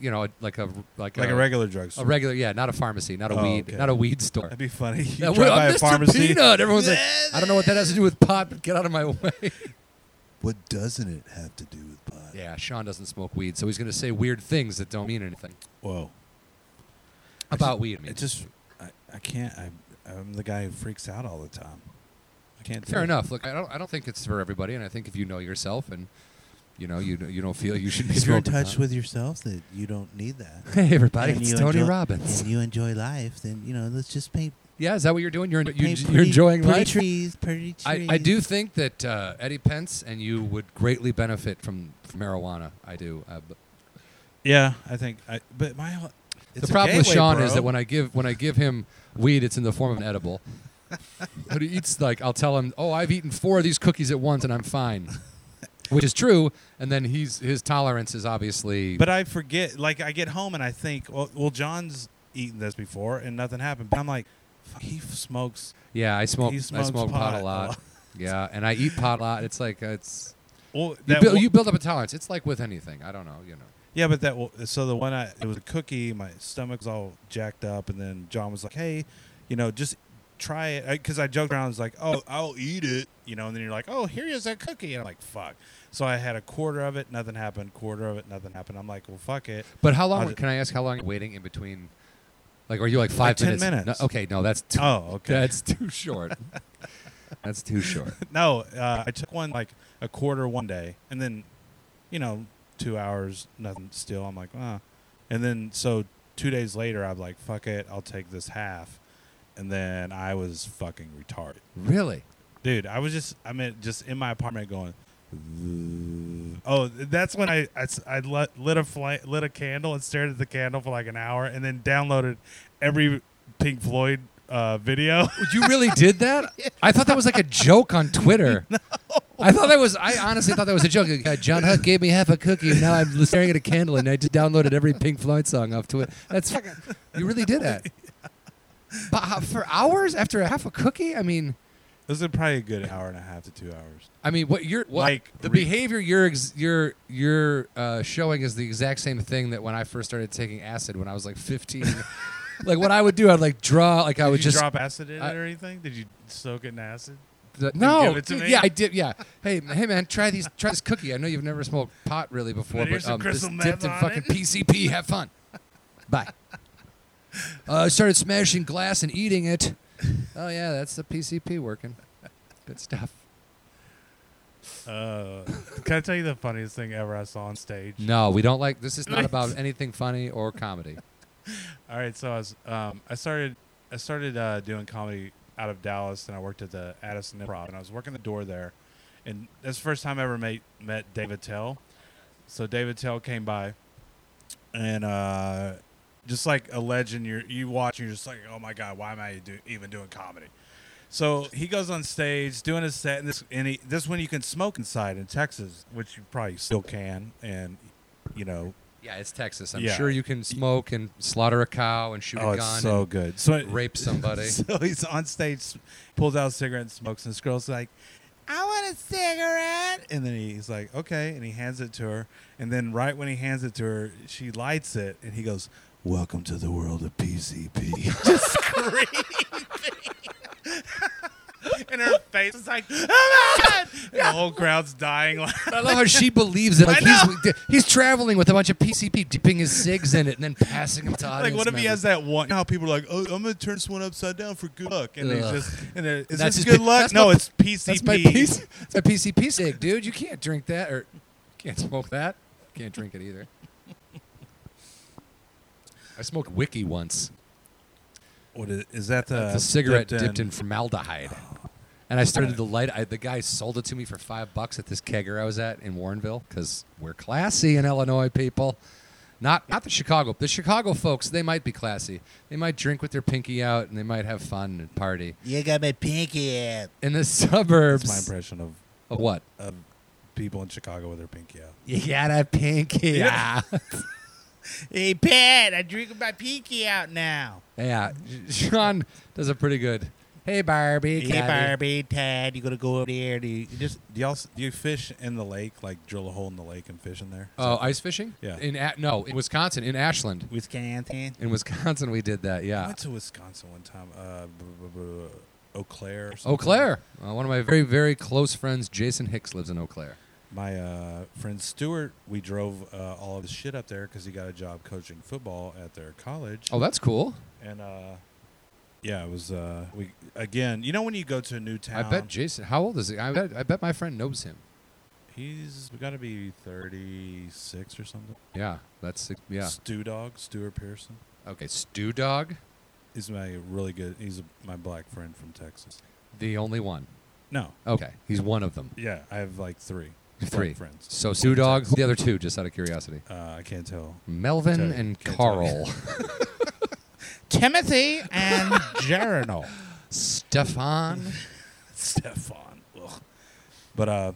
Speaker 3: you know, like a like,
Speaker 2: like a, regular drugstore.
Speaker 3: uh, a regular, yeah, not a pharmacy, not a
Speaker 2: Oh,
Speaker 3: weed,
Speaker 2: okay.
Speaker 3: not a weed store.
Speaker 2: That'd be funny. You
Speaker 3: Yeah,
Speaker 2: drive
Speaker 3: well,
Speaker 2: by a
Speaker 3: Mr.
Speaker 2: pharmacy.
Speaker 3: Peanut. Everyone's like, I don't know what that has to do with pot, but get out of my way.
Speaker 1: What doesn't it have to do with pot?
Speaker 3: yeah, Sean doesn't smoke weed, so he's gonna say weird things that don't mean anything
Speaker 2: Whoa.
Speaker 3: about weed. I mean.
Speaker 2: It just, I, I can't. I, I'm the guy who freaks out all the time. I can't. do
Speaker 3: Fair
Speaker 2: it.
Speaker 3: enough. Look, I don't, I don't think it's for everybody, and I think if you know yourself and you know you you don't feel you should be
Speaker 1: If you're in
Speaker 3: smoking
Speaker 1: touch
Speaker 3: pot.
Speaker 1: with yourself, that you don't need that.
Speaker 3: Hey everybody,
Speaker 1: and
Speaker 3: it's
Speaker 1: you
Speaker 3: Tony
Speaker 1: enjoy-
Speaker 3: Robbins.
Speaker 1: And you enjoy life, then you know. Let's just paint.
Speaker 3: Yeah, is that what you're doing? You're en- you,
Speaker 1: paint
Speaker 3: you're
Speaker 1: pretty-
Speaker 3: enjoying
Speaker 1: pretty
Speaker 3: life.
Speaker 1: trees, pretty trees.
Speaker 3: I, I do think that uh, Eddie Pence and you would greatly benefit from, from marijuana. I do. Uh, but
Speaker 2: Yeah, I think. I, but my. whole- It's
Speaker 3: the problem with Sean is that when
Speaker 2: I
Speaker 3: I give when I give him weed, it's in the form of an edible. but he eats like I'll tell him, "Oh, I've eaten four of these cookies at once and I'm fine," which is true. And then he's his tolerance is obviously.
Speaker 2: But I forget. Like I get home and I think, well, well John's eaten this before and nothing happened. But I'm like, He f- smokes.
Speaker 3: Yeah, I smoke.
Speaker 2: He
Speaker 3: I
Speaker 2: smokes
Speaker 3: smoke pot,
Speaker 2: pot
Speaker 3: a
Speaker 2: a
Speaker 3: lot.
Speaker 2: lot.
Speaker 3: yeah, and I eat pot a lot. It's like uh, it's
Speaker 2: Well,
Speaker 3: you,
Speaker 2: that
Speaker 3: build,
Speaker 2: one-
Speaker 3: you build up a tolerance. It's like with anything. I don't know. You know.
Speaker 2: Yeah, but that wa- so the one I it was a cookie. My stomach's all jacked up, and then John was like, "Hey, you know, just try it," because I, joked around. I was like, "Oh, I'll eat it," you know, and then you're like, "Oh, here is a cookie," and I'm like, "Fuck!" So I had a quarter of it, nothing happened. Quarter of it, nothing happened. I'm like, "Well, fuck it."
Speaker 3: But how long?
Speaker 2: I'll ju-
Speaker 3: can I ask how long you're waiting in between? Like, are you like five
Speaker 2: 10
Speaker 3: minutes?
Speaker 2: minutes.
Speaker 3: No, okay, no, that's too,
Speaker 2: Oh, okay.
Speaker 3: That's too short. that's too short.
Speaker 2: No, uh, I took one like a quarter one day, and then, you know, two hours, nothing still. I'm like, ah. And then, so two days later, I'm like, fuck it, I'll take this half. And then I was fucking retarded.
Speaker 3: Really?
Speaker 2: Dude, I was just, I mean, just in my apartment going, oh, that's when I, I, s- I lit, lit, a flight, lit a candle and stared at the candle for like an hour and then downloaded every Pink Floyd uh, video.
Speaker 3: You really did that? I thought that was like a joke on Twitter. I thought that was. I honestly thought that was a joke. Like, uh, John Huck gave me half a cookie. and Now I'm staring at a candle, and I just downloaded every Pink Floyd song off Twitter. That's fucking. You really did that. But how- for hours after a half a cookie, I mean,
Speaker 2: this is probably a good hour and a half to two hours.
Speaker 3: I mean, what you're what,
Speaker 2: Like,
Speaker 3: the
Speaker 2: re-
Speaker 3: behavior you're ex- you're you're uh, showing is the exact same thing that when I first started taking acid when I was like 15. like what I would do, I'd like draw. Like I
Speaker 2: Did
Speaker 3: would
Speaker 2: you
Speaker 3: just
Speaker 2: drop acid in it
Speaker 3: I-
Speaker 2: or anything? Did you soak it in acid?
Speaker 3: The- no,
Speaker 2: give it to
Speaker 3: dude,
Speaker 2: me?
Speaker 3: yeah, I did. Yeah, hey, m- hey, man, try these, try this cookie. I know you've never smoked pot really before,
Speaker 2: Here's
Speaker 3: but
Speaker 2: some
Speaker 3: um, just
Speaker 2: crystal meth
Speaker 3: dipped in
Speaker 2: on
Speaker 3: fucking
Speaker 2: it.
Speaker 3: PCP. Have fun. Bye. Uh, I started smashing glass and eating it. Oh yeah, that's the PCP working. Good stuff.
Speaker 2: Uh, can I tell you the funniest thing ever I saw on stage?
Speaker 3: No, we don't like. This is not about anything funny or comedy.
Speaker 2: All right, so I was um, I started I started uh, doing comedy out of Dallas, and I worked at the Addison Improv, and I was working the door there, and that's the first time I ever met met David Tell. So David Tell came by, and uh, just like a legend, you you watch, and you're just like, oh my god, why am I do, even doing comedy? So he goes on stage doing his set, and this and he, this is when you can smoke inside in Texas, which you probably still can, and you know
Speaker 3: Yeah, it's Texas. I'm
Speaker 2: Yeah.
Speaker 3: sure you can smoke and slaughter a cow and shoot
Speaker 2: Oh,
Speaker 3: a
Speaker 2: it's
Speaker 3: gun
Speaker 2: so good. So
Speaker 3: and rape somebody.
Speaker 2: So he's on stage, s- pulls out a cigarette and smokes, and this girl's like, "I want a cigarette," and then he's like, "Okay," and he hands it to her, and then right when he hands it to her, she lights it, and he goes, "Welcome to the world of PCP." Just screaming. And her face is like, oh my God! And the whole crowd's dying. laugh.
Speaker 3: I love how she believes it. Like
Speaker 2: I know.
Speaker 3: he's he's traveling with a bunch of PCP, dipping his cigs in it, and then passing them to audience
Speaker 2: Like, what if he has
Speaker 3: members.
Speaker 2: that one? How people are like, oh, I'm gonna turn this one upside down for good luck, and they
Speaker 3: Ugh.
Speaker 2: just, and they're, is
Speaker 3: That's
Speaker 2: this
Speaker 3: his
Speaker 2: good
Speaker 3: P-
Speaker 2: luck?
Speaker 3: that's
Speaker 2: No,
Speaker 3: my-
Speaker 2: it's PCP.
Speaker 3: That's my PC, that's my PCP cig, dude. You can't drink that, or can't smoke that. Can't drink it either. I smoked Wiki once.
Speaker 2: What is, is Uh, that? um, The,
Speaker 3: It's a cigarette dipped, in. formaldehyde. And I started to light. I, the guy sold it to me for five bucks at this kegger I was at in Warrenville because we're classy in Illinois, people. Not not the Chicago. The Chicago folks, they might be classy. They might drink with their pinky out and they might have fun and party.
Speaker 4: You got my pinky out.
Speaker 3: In the
Speaker 2: That's my
Speaker 3: suburbs,
Speaker 2: impression of,
Speaker 3: of what?
Speaker 2: of people in Chicago with their pinky out.
Speaker 3: You got a pinky. Yeah.
Speaker 4: Hey, Pat, I drink my pinky out now.
Speaker 3: yeah. Sean does a pretty good. Hey Barbie.
Speaker 4: Hey,
Speaker 3: Caddy."
Speaker 4: Barbie, Tad, you gonna go over there? Do you just
Speaker 2: Do y'all s- do you fish in the lake? Like drill a hole in the lake and fish in there?
Speaker 3: Oh, ice fishing?
Speaker 2: Yeah.
Speaker 3: In a- no, in Wisconsin, in Ashland.
Speaker 4: Wisconsin?
Speaker 3: In Wisconsin, we did that.
Speaker 2: I
Speaker 3: Yeah.
Speaker 2: went to Wisconsin one time. Uh, b- b- b- Eau Claire. Or something.
Speaker 3: Eau Claire. Uh, one of my very, very close friends, Jason Hicks, lives in Eau Claire.
Speaker 2: My uh, friend Stuart, we drove uh, all of his shit up there because he got a job coaching football at their college.
Speaker 3: Oh, that's cool.
Speaker 2: and uh, yeah, it was uh, we again. You know when you go to a new town,
Speaker 3: I bet Jason. How old is he? I bet, I bet my friend knows him.
Speaker 2: he's got to be thirty six or something.
Speaker 3: Yeah, that's yeah.
Speaker 2: Stew Dog, Stuart Pearson.
Speaker 3: Okay, Stew Dog,
Speaker 2: He's my really good. He's my black friend from Texas.
Speaker 3: the only one.
Speaker 2: No,
Speaker 3: Okay, he's one of them.
Speaker 2: yeah, I have like three, black
Speaker 3: Three
Speaker 2: friends.
Speaker 3: So Stew Dog, who the other two, just out of curiosity.
Speaker 2: Uh, I can't tell.
Speaker 3: Melvin
Speaker 2: Tell you,
Speaker 3: and
Speaker 2: can't tell you.
Speaker 3: Carl,
Speaker 4: Timothy and
Speaker 2: Jarinal,
Speaker 3: Stefan.
Speaker 2: Stefan. Ugh. But uh,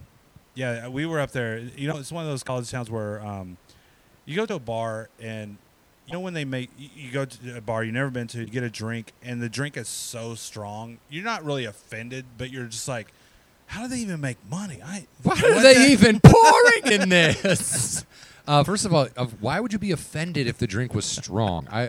Speaker 2: yeah, we were up there. You know, it's one of those college towns where um, you go to a bar and You know when they make you- you go to a bar you've never been to, you get a drink, and the drink is so strong, you're not really offended, but you're just like, how do they even make money? I
Speaker 3: Why
Speaker 2: what
Speaker 3: are they
Speaker 2: the-
Speaker 3: even pouring in this? Uh, first of all, of why would you be offended if the drink was strong? I,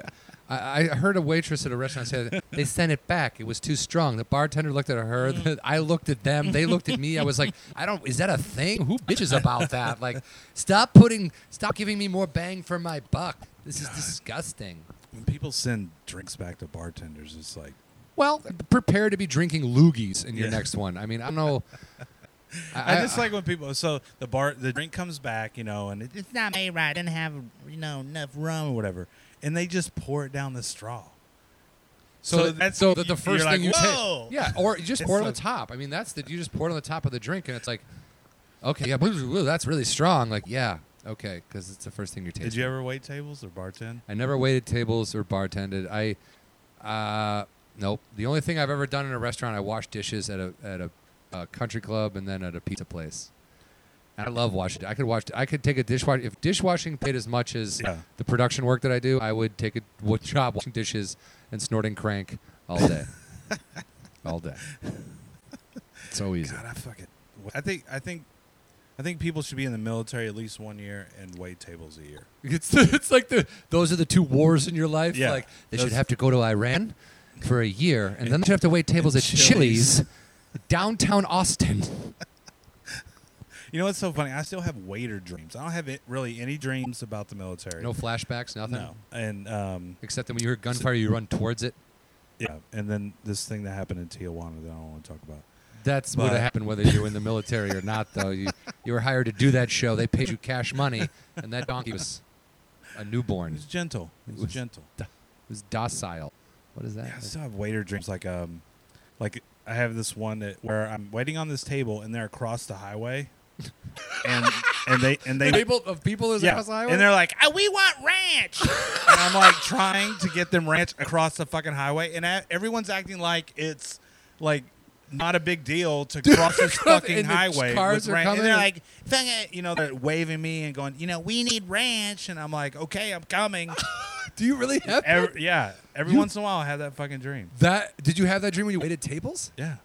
Speaker 3: I, I heard a waitress at a restaurant say that they sent it back. It was too strong. The bartender looked at her. I looked at them. They looked at me. I was like, I don't. Is that a thing? Who bitches about that? Like, stop putting. Stop giving me more bang for my buck. This is disgusting.
Speaker 2: When people send drinks back to bartenders, it's like
Speaker 3: Well, prepare to be drinking loogies in your
Speaker 2: Yeah.
Speaker 3: next one. I mean, I'm no.
Speaker 2: I, just like when people. So the bar, the drink comes back, you know, and it,
Speaker 4: It's not made right. Didn't have you know enough
Speaker 2: or
Speaker 4: rum.
Speaker 2: whatever, and they just pour it down the straw.
Speaker 3: So, that's so that the
Speaker 2: you're
Speaker 3: first
Speaker 2: like,
Speaker 3: thing you
Speaker 2: "Whoa!"
Speaker 3: take, yeah, or you just
Speaker 2: It's
Speaker 3: pour it on
Speaker 2: like-
Speaker 3: the top. I mean, that's the you just pour it on the top of the drink, and it's like, okay, yeah, woo, that's really strong. Like, yeah, okay, because it's the first thing you're tasting.
Speaker 2: Did you ever wait tables or bartend?
Speaker 3: I never waited tables or bartended. I, uh, nope. The only thing I've ever done in a restaurant, I washed dishes at a at a, a country club and then at a pizza place. And I love washing. I could wash. I could take a dishwasher. If dishwashing paid as much as
Speaker 2: Yeah.
Speaker 3: the production work that I do, I would take a wood job washing dishes and snorting crank all day, all day. So easy.
Speaker 2: God, I fucking. I think I think I think people should be in the military at least one year and wait tables a year.
Speaker 3: It's it's like the those are the two wars in your life.
Speaker 2: Yeah.
Speaker 3: Like they should
Speaker 2: Those-
Speaker 3: have to go to Iran for a year, and then they should have to wait tables at
Speaker 2: And Chili's.
Speaker 3: Chili's, downtown Austin.
Speaker 2: You know what's so funny? I still have waiter dreams. I don't have it, really any dreams about the military.
Speaker 3: No flashbacks, nothing.
Speaker 2: no. And um,
Speaker 3: Except that when you hear gunfire, you run towards it.
Speaker 2: yeah, and then this thing that happened in Tijuana that I don't want to talk about.
Speaker 3: That's
Speaker 2: But-
Speaker 3: what happened whether you were in the military or not. Though you you were hired to do that show, they paid you cash money, and that donkey was a newborn.
Speaker 2: It was gentle. It
Speaker 3: It
Speaker 2: was
Speaker 3: was-
Speaker 2: gentle.
Speaker 3: It was docile. What is that?
Speaker 2: I still have waiter dreams. Like um, like I have this one that where I'm waiting on this table and they're across the highway, and and they and they
Speaker 3: people of people is
Speaker 2: yeah,
Speaker 3: across the highway?
Speaker 2: and they're like,
Speaker 4: Uh, we want ranch.
Speaker 2: and I'm like trying to get them ranch across the fucking highway, and I, everyone's acting like it's like not a big deal to cross this fucking
Speaker 3: And the
Speaker 2: highway.
Speaker 3: cars
Speaker 2: with
Speaker 3: are
Speaker 2: ranch.
Speaker 3: coming
Speaker 2: And they're
Speaker 3: and-
Speaker 2: like, "Fuck it," you know, they're waving me and going, you know, we need ranch, and I'm like, okay, I'm coming.
Speaker 3: Do you really have
Speaker 2: Every, yeah, every
Speaker 3: You-
Speaker 2: once in a while, I have that fucking dream.
Speaker 3: that? Did you have that dream when you waited tables?
Speaker 2: Yeah.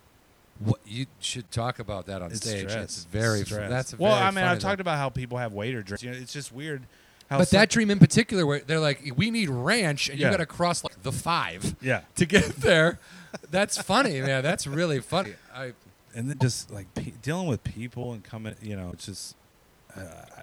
Speaker 3: What you should talk about that on
Speaker 2: It's
Speaker 3: stage.
Speaker 2: stress.
Speaker 3: It's very
Speaker 2: It's stress.
Speaker 3: that's a
Speaker 2: well.
Speaker 3: very
Speaker 2: I mean,
Speaker 3: funny
Speaker 2: I've
Speaker 3: though.
Speaker 2: talked about how people have waiter drinks. You know, it's just weird. How
Speaker 3: but
Speaker 2: some-
Speaker 3: that dream in particular, where they're like, "We need ranch," and
Speaker 2: Yeah.
Speaker 3: you got to cross like the five
Speaker 2: yeah,
Speaker 3: to get there. That's funny, man. That's really funny. I,
Speaker 2: and then just like pe- dealing with people and coming, you know, it's just, uh, I-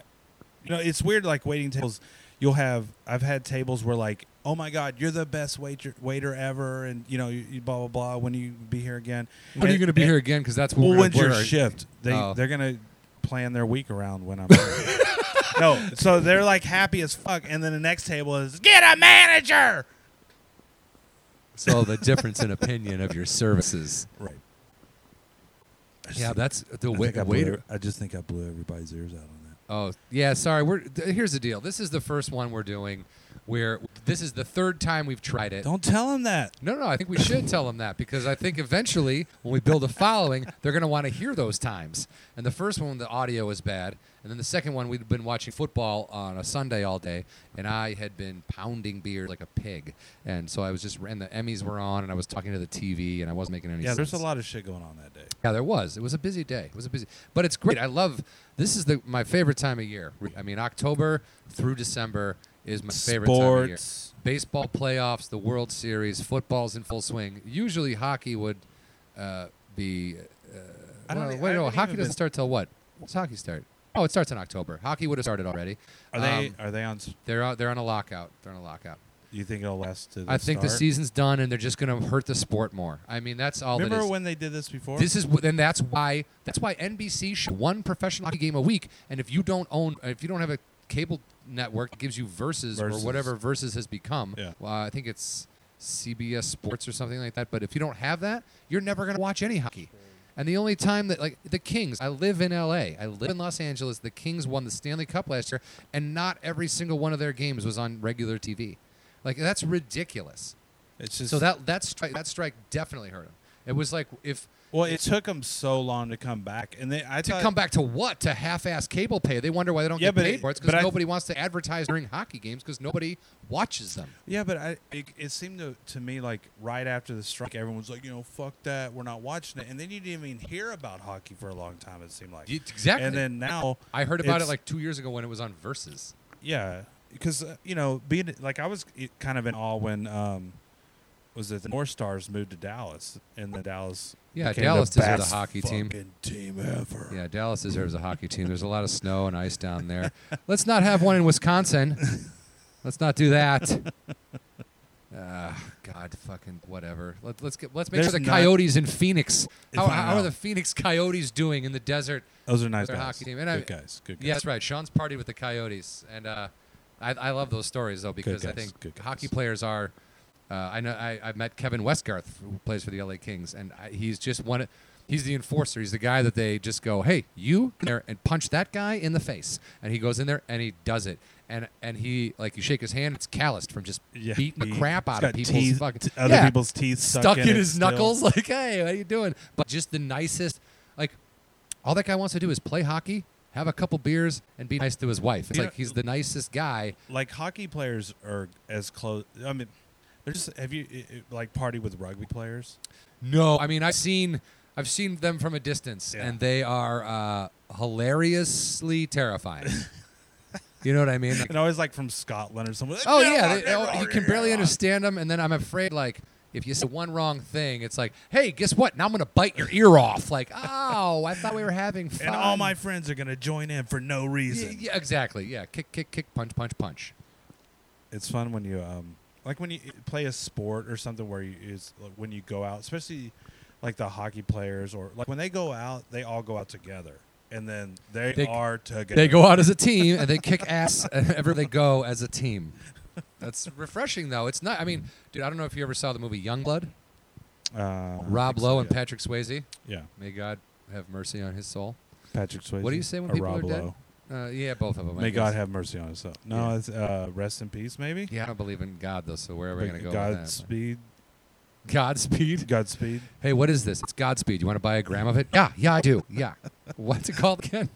Speaker 2: you know, it's weird. Like waiting tables, you'll have. I've had tables where like, oh my god, you're the best waiter waiter ever, and you know, you, you blah blah blah. When you be here again?
Speaker 3: when are you
Speaker 2: And-
Speaker 3: going to be
Speaker 2: and-
Speaker 3: here again? Because that's when
Speaker 2: Well,
Speaker 3: we're
Speaker 2: when's your
Speaker 3: we're-
Speaker 2: shift? They
Speaker 3: Oh.
Speaker 2: they're gonna plan their week around when I'm. here. no, so they're like happy as fuck, and then the next table is
Speaker 4: Get a manager.
Speaker 3: So the difference in opinion of your services.
Speaker 2: right.
Speaker 3: Yeah, that's the
Speaker 2: I
Speaker 3: wa-
Speaker 2: think I blew
Speaker 3: waiter.
Speaker 2: every- I just think I blew everybody's ears out on that.
Speaker 3: Oh yeah, sorry. We're th- here's the deal. This is the first one we're doing. Where this is the third time we've tried it.
Speaker 2: Don't tell him that.
Speaker 3: No, no, I think we should tell them that because I think eventually when we build a following, they're going to want to hear those times. And the first one, the audio was bad. And then the second one, we'd been watching football on a Sunday all day, and I had been pounding beer like a pig. And so I was just, and the Emmys were on, and I was talking to the TV, and I wasn't making any
Speaker 2: Yeah,
Speaker 3: sense.
Speaker 2: there's a lot of shit going on that day.
Speaker 3: Yeah, there was. It was a busy day. It was a busy, but it's great. I love. This is the my favorite time of year. I mean, October through December is my favorite time of year.
Speaker 2: Sports.
Speaker 3: Baseball playoffs, the World Series, football's in full swing. Usually, hockey would uh, be. Uh,
Speaker 2: I don't
Speaker 3: well,
Speaker 2: e- I
Speaker 3: wait, no,
Speaker 2: haven't
Speaker 3: hockey
Speaker 2: even
Speaker 3: doesn't
Speaker 2: been-
Speaker 3: start till what? What's hockey start? Oh, it starts in October. Hockey would have started already.
Speaker 2: Are they
Speaker 3: Um,
Speaker 2: are they on? s-
Speaker 3: they're out, they're on a lockout. They're on a lockout.
Speaker 2: You think it'll last to? The
Speaker 3: I think the
Speaker 2: start?
Speaker 3: season's done, and they're just going to hurt the sport more. I mean, that's all. that
Speaker 2: Remember
Speaker 3: is.
Speaker 2: when they did this before?
Speaker 3: This is wh- then that's why that's why NBC should one professional hockey game a week. And if you don't own, if you don't have a cable network that gives you versus,
Speaker 2: Versus.
Speaker 3: or whatever versus has become,
Speaker 2: Yeah.
Speaker 3: well, I think it's CBS Sports or something like that. But if you don't have that, you're never gonna watch any hockey. And the only time that like the Kings, I live in LA, I live in Los Angeles. The Kings won the Stanley Cup last year, and not every single one of their games was on regular TV. Like that's ridiculous.
Speaker 2: it's just
Speaker 3: So that that strike that strike definitely hurt him. It was like if
Speaker 2: Well, it took them so long to come back, and they I
Speaker 3: to
Speaker 2: thought,
Speaker 3: come back to what to half-ass cable pay. They wonder why they don't
Speaker 2: Yeah,
Speaker 3: get
Speaker 2: but
Speaker 3: paid
Speaker 2: it-
Speaker 3: for it because
Speaker 2: but I-
Speaker 3: nobody wants to advertise during hockey games because nobody watches them.
Speaker 2: Yeah, but I it, it seemed to, to me like right after the strike, everyone's like, you know, fuck that, we're not watching it, and then you didn't even hear about hockey for a long time. It seemed like
Speaker 3: Y- exactly.
Speaker 2: and then now
Speaker 3: I heard about it
Speaker 2: it's-
Speaker 3: like two years ago when it was on Versus.
Speaker 2: yeah, because uh, you know, being like I was i- kind of in awe when um was it the North Stars moved to Dallas and the Dallas
Speaker 3: Yeah,
Speaker 2: became
Speaker 3: Dallas
Speaker 2: the
Speaker 3: deserves a
Speaker 2: best
Speaker 3: hockey team.
Speaker 2: fucking team ever.
Speaker 3: Yeah, Dallas deserves a hockey team. There's a lot of snow and ice down there. Let's not have one in Wisconsin. Let's not do that. Ah, God, fucking whatever. Let, let's get. Let's make sure
Speaker 2: There's
Speaker 3: the
Speaker 2: not-
Speaker 3: Coyotes in Phoenix.
Speaker 2: It's
Speaker 3: How,
Speaker 2: not
Speaker 3: how are
Speaker 2: out.
Speaker 3: the Phoenix Coyotes doing in the desert?
Speaker 2: Those are nice
Speaker 3: Their
Speaker 2: guys.
Speaker 3: hockey team, and
Speaker 2: good
Speaker 3: I-
Speaker 2: guys. Good guys.
Speaker 3: Yeah, that's right. Sean's partied with the Coyotes, and uh, I, I love those stories though because I
Speaker 2: guys, good
Speaker 3: think
Speaker 2: guys.
Speaker 3: hockey players are. Uh, I know I, I've met Kevin Westgarth who plays for the LA Kings, and I, he's just one. of- He's the enforcer. He's the guy that they just go, "Hey, you in there and punch that guy in the face," and he goes in there and he does it. And and he like you shake his hand, it's calloused from just
Speaker 2: Yeah,
Speaker 3: beating the
Speaker 2: he-
Speaker 3: crap
Speaker 2: he's
Speaker 3: out of
Speaker 2: got
Speaker 3: people's
Speaker 2: teeth-
Speaker 3: fucking
Speaker 2: t- other
Speaker 3: Yeah
Speaker 2: people's teeth stuck,
Speaker 3: stuck in
Speaker 2: it
Speaker 3: his
Speaker 2: still.
Speaker 3: knuckles. Like, hey, how you doing? But just the nicest. Like, all that guy wants to do is play hockey, have a couple beers, and be nice to his wife. It's
Speaker 2: You
Speaker 3: like
Speaker 2: know-
Speaker 3: he's the nicest guy.
Speaker 2: like hockey players are as close. I mean, they're just have you i- i- like party with rugby players?
Speaker 3: No, I mean I've seen, I've seen them from a distance,
Speaker 2: Yeah.
Speaker 3: and they are uh, hilariously terrifying. you know what I mean? Like,
Speaker 2: And always like from Scotland or somewhere.
Speaker 3: oh yeah, they, oh, you can barely understand them, and then I'm afraid like. If you say one wrong thing, it's like, "Hey, guess what? Now I'm gonna bite your ear off." Like, "Oh, I thought we were having fun."
Speaker 2: And all my friends are gonna join in for no
Speaker 3: Yeah,
Speaker 2: reason.
Speaker 3: yeah, exactly. Yeah, kick, kick, kick, punch, punch, punch.
Speaker 2: It's fun when you um like when you play a sport or something where you is like, when you go out, especially like the hockey players or like when they go out, they all go out together, and then they,
Speaker 3: They-
Speaker 2: are together.
Speaker 3: They go out as a team and they kick ass ever they go as a team. That's refreshing, though. It's not. I mean, dude, I don't know if you ever saw the movie Youngblood.
Speaker 2: Uh, I
Speaker 3: Rob
Speaker 2: think so,
Speaker 3: Lowe and
Speaker 2: yeah.
Speaker 3: Patrick Swayze.
Speaker 2: Yeah,
Speaker 3: May God have mercy on his soul.
Speaker 2: Patrick Swayze.
Speaker 3: What do you say when
Speaker 2: or
Speaker 3: people
Speaker 2: Rob
Speaker 3: are dead?
Speaker 2: Lowe.
Speaker 3: Uh, yeah, both of them.
Speaker 2: May God have mercy on us. though. No, it's uh, rest in peace. Maybe.
Speaker 3: Yeah, I don't believe in God though, so where are we
Speaker 2: But
Speaker 3: gonna go? With
Speaker 2: Godspeed.
Speaker 3: that? Godspeed.
Speaker 2: Godspeed.
Speaker 3: Hey, what is this? It's Godspeed. You want to buy a gram of it? Yeah, yeah, I do. Yeah. What's it called again?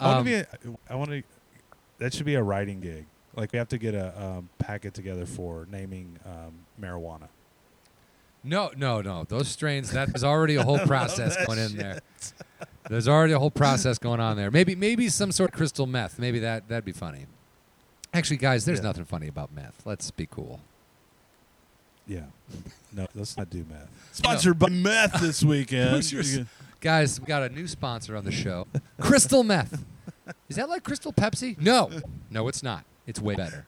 Speaker 2: I want
Speaker 3: Um,
Speaker 2: to be. A, I want to. That should be a writing gig. Like we have to get a um, packet together for naming um, marijuana.
Speaker 3: No, no, no. Those strains. That there's already a whole process going in there. There's already a whole process going on there. Maybe, maybe some sort of crystal meth. Maybe that that'd be funny. Actually, guys, there's
Speaker 2: Yeah.
Speaker 3: nothing funny about meth. Let's be cool.
Speaker 2: Yeah. No, let's not do meth.
Speaker 3: Sponsored
Speaker 2: by meth this weekend.
Speaker 3: Who's your- Guys, we got a new sponsor on the show. crystal meth. Is that like Crystal Pepsi? No, no, it's not. It's way better.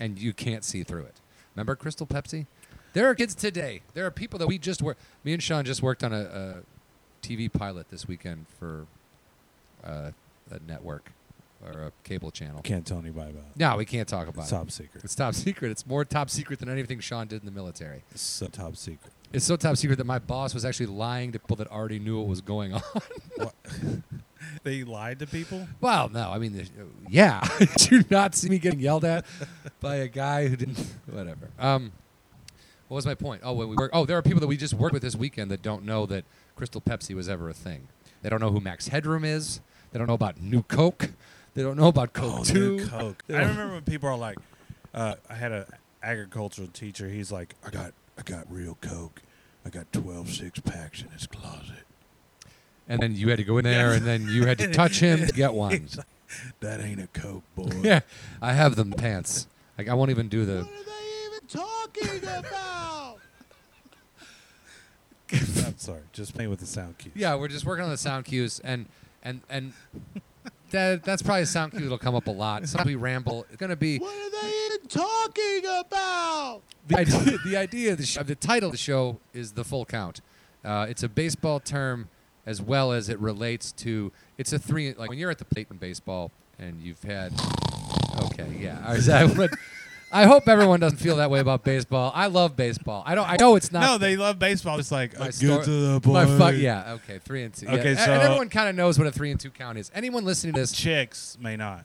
Speaker 3: And you can't see through it. Remember Crystal Pepsi? There are kids today. There are people that we just work. Me and Sean just worked on a, a TV pilot this weekend for uh, a network or a cable channel.
Speaker 2: Can't tell anybody about it.
Speaker 3: No, we can't talk about
Speaker 2: It's
Speaker 3: it.
Speaker 2: top secret.
Speaker 3: It's top secret. It's more top secret than anything Sean did in the military.
Speaker 2: It's so top secret.
Speaker 3: It's so top secret that my boss was actually lying to people that already knew what was going on.
Speaker 2: They lied to people.
Speaker 3: Well, no, I mean, there's- uh, yeah. Did you not see me getting yelled at by a guy who didn't? Whatever. Um, what was my point? Oh, when we work. Oh, there are people that we just worked with this weekend that don't know that Crystal Pepsi was ever a thing. They don't know who Max Headroom is. They don't know about New Coke. They don't know about Coke Two.
Speaker 2: New Oh, Coke. I remember when people are like, uh, I had a agricultural teacher. He's like, I got, I got real Coke. I got 12 six packs in his closet.
Speaker 3: And then you had to go in there, and then you had to touch him to get one.
Speaker 2: He's like, that ain't a Coke, boy.
Speaker 3: Yeah, I have them pants. Like I won't even do the.
Speaker 1: are they even talking about?
Speaker 2: I'm sorry. Just playing with the sound cues.
Speaker 3: Yeah, we're just working on the sound cues, and and and that that's probably a sound cue that'll come up a lot. So we ramble. It's gonna be
Speaker 1: What are they even talking about?
Speaker 3: the idea. The idea of the, show, the title of the show is the full count. Uh, it's a baseball term as well as it relates to. It's a three. Like when you're at the plate in baseball and you've had. Okay, yeah. Is that what- I hope everyone doesn't feel that way about baseball. I love baseball. I don't. I know it's not.
Speaker 2: No, they love baseball. It's like,
Speaker 3: my
Speaker 2: "Uh,
Speaker 3: story-
Speaker 2: get to the
Speaker 3: my
Speaker 2: point.
Speaker 3: fuck yeah. Okay, three and two.
Speaker 2: Okay,
Speaker 3: yeah.
Speaker 2: so-
Speaker 3: and everyone kind of knows what a three and two count is. Anyone listening to this,
Speaker 2: Chicks may not.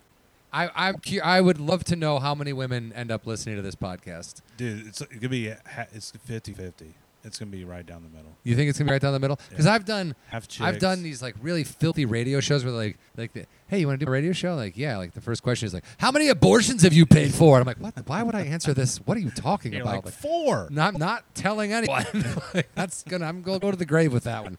Speaker 3: I I'm cu- I would love to know how many women end up listening to this podcast.
Speaker 2: Dude, it's, it could be, a ha- it's 50 50. It's gonna be right down the middle.
Speaker 3: You think it's gonna be right down the middle? Because I've done,
Speaker 2: Half
Speaker 3: I've
Speaker 2: chicks.
Speaker 3: done these like really filthy radio shows where like, like, the, hey, you want to do a radio show? Like, yeah. Like the first question is like, how many abortions have you paid for? And I'm like, what? the- Why would I answer this? What are you talking
Speaker 2: You're
Speaker 3: about?
Speaker 2: like four.
Speaker 3: No, I'm not telling anyone. Like, that's gonna. I'm gonna go to the grave with that one.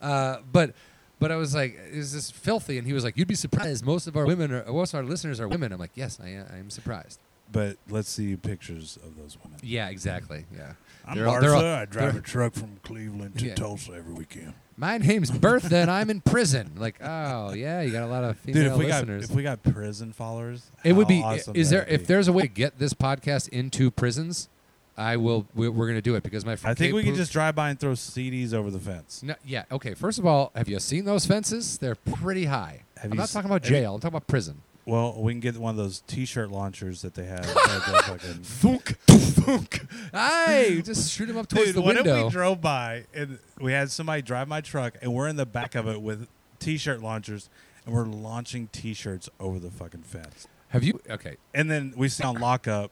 Speaker 3: Uh, but, but I was like, is this filthy? And he was like, you'd be surprised. Most of our women, are, most of our listeners are women. I'm like, yes, I, I am surprised.
Speaker 2: But let's see pictures of those women.
Speaker 3: Yeah, exactly. Yeah.
Speaker 1: I'm
Speaker 3: They're all-
Speaker 1: Martha.
Speaker 3: they're all-
Speaker 1: I drive a truck from Cleveland to
Speaker 3: Yeah.
Speaker 1: Tulsa every weekend.
Speaker 3: My name's Bertha, and I'm in prison. Like, oh yeah, you got a lot of female
Speaker 2: Dude, if we
Speaker 3: listeners.
Speaker 2: got if we got prison followers,
Speaker 3: it would
Speaker 2: how
Speaker 3: be.
Speaker 2: Awesome
Speaker 3: is there
Speaker 2: that'd
Speaker 3: if
Speaker 2: be.
Speaker 3: there's a way to get this podcast into prisons? I will. We're, we're gonna do it because my.
Speaker 2: I
Speaker 3: friend
Speaker 2: think
Speaker 3: Kate
Speaker 2: we could
Speaker 3: Poop-
Speaker 2: just drive by and throw CDs over the fence.
Speaker 3: No, yeah. Okay. First of all, have you seen those fences? They're pretty high.
Speaker 2: Have
Speaker 3: I'm
Speaker 2: you
Speaker 3: not
Speaker 2: s-
Speaker 3: talking about
Speaker 2: have you-
Speaker 3: jail. I'm talking about prison.
Speaker 2: Well, we can get one of those T-shirt launchers that they have. at the fucking-
Speaker 3: Thunk, thunk. Hey, just shoot him up towards
Speaker 2: Dude,
Speaker 3: the
Speaker 2: what if
Speaker 3: window.
Speaker 2: we drove by and we had somebody drive my truck and we're in the back of it with T-shirt launchers and we're launching T-shirts over the fucking fence?
Speaker 3: have you? Okay.
Speaker 2: And then we sit on lockup.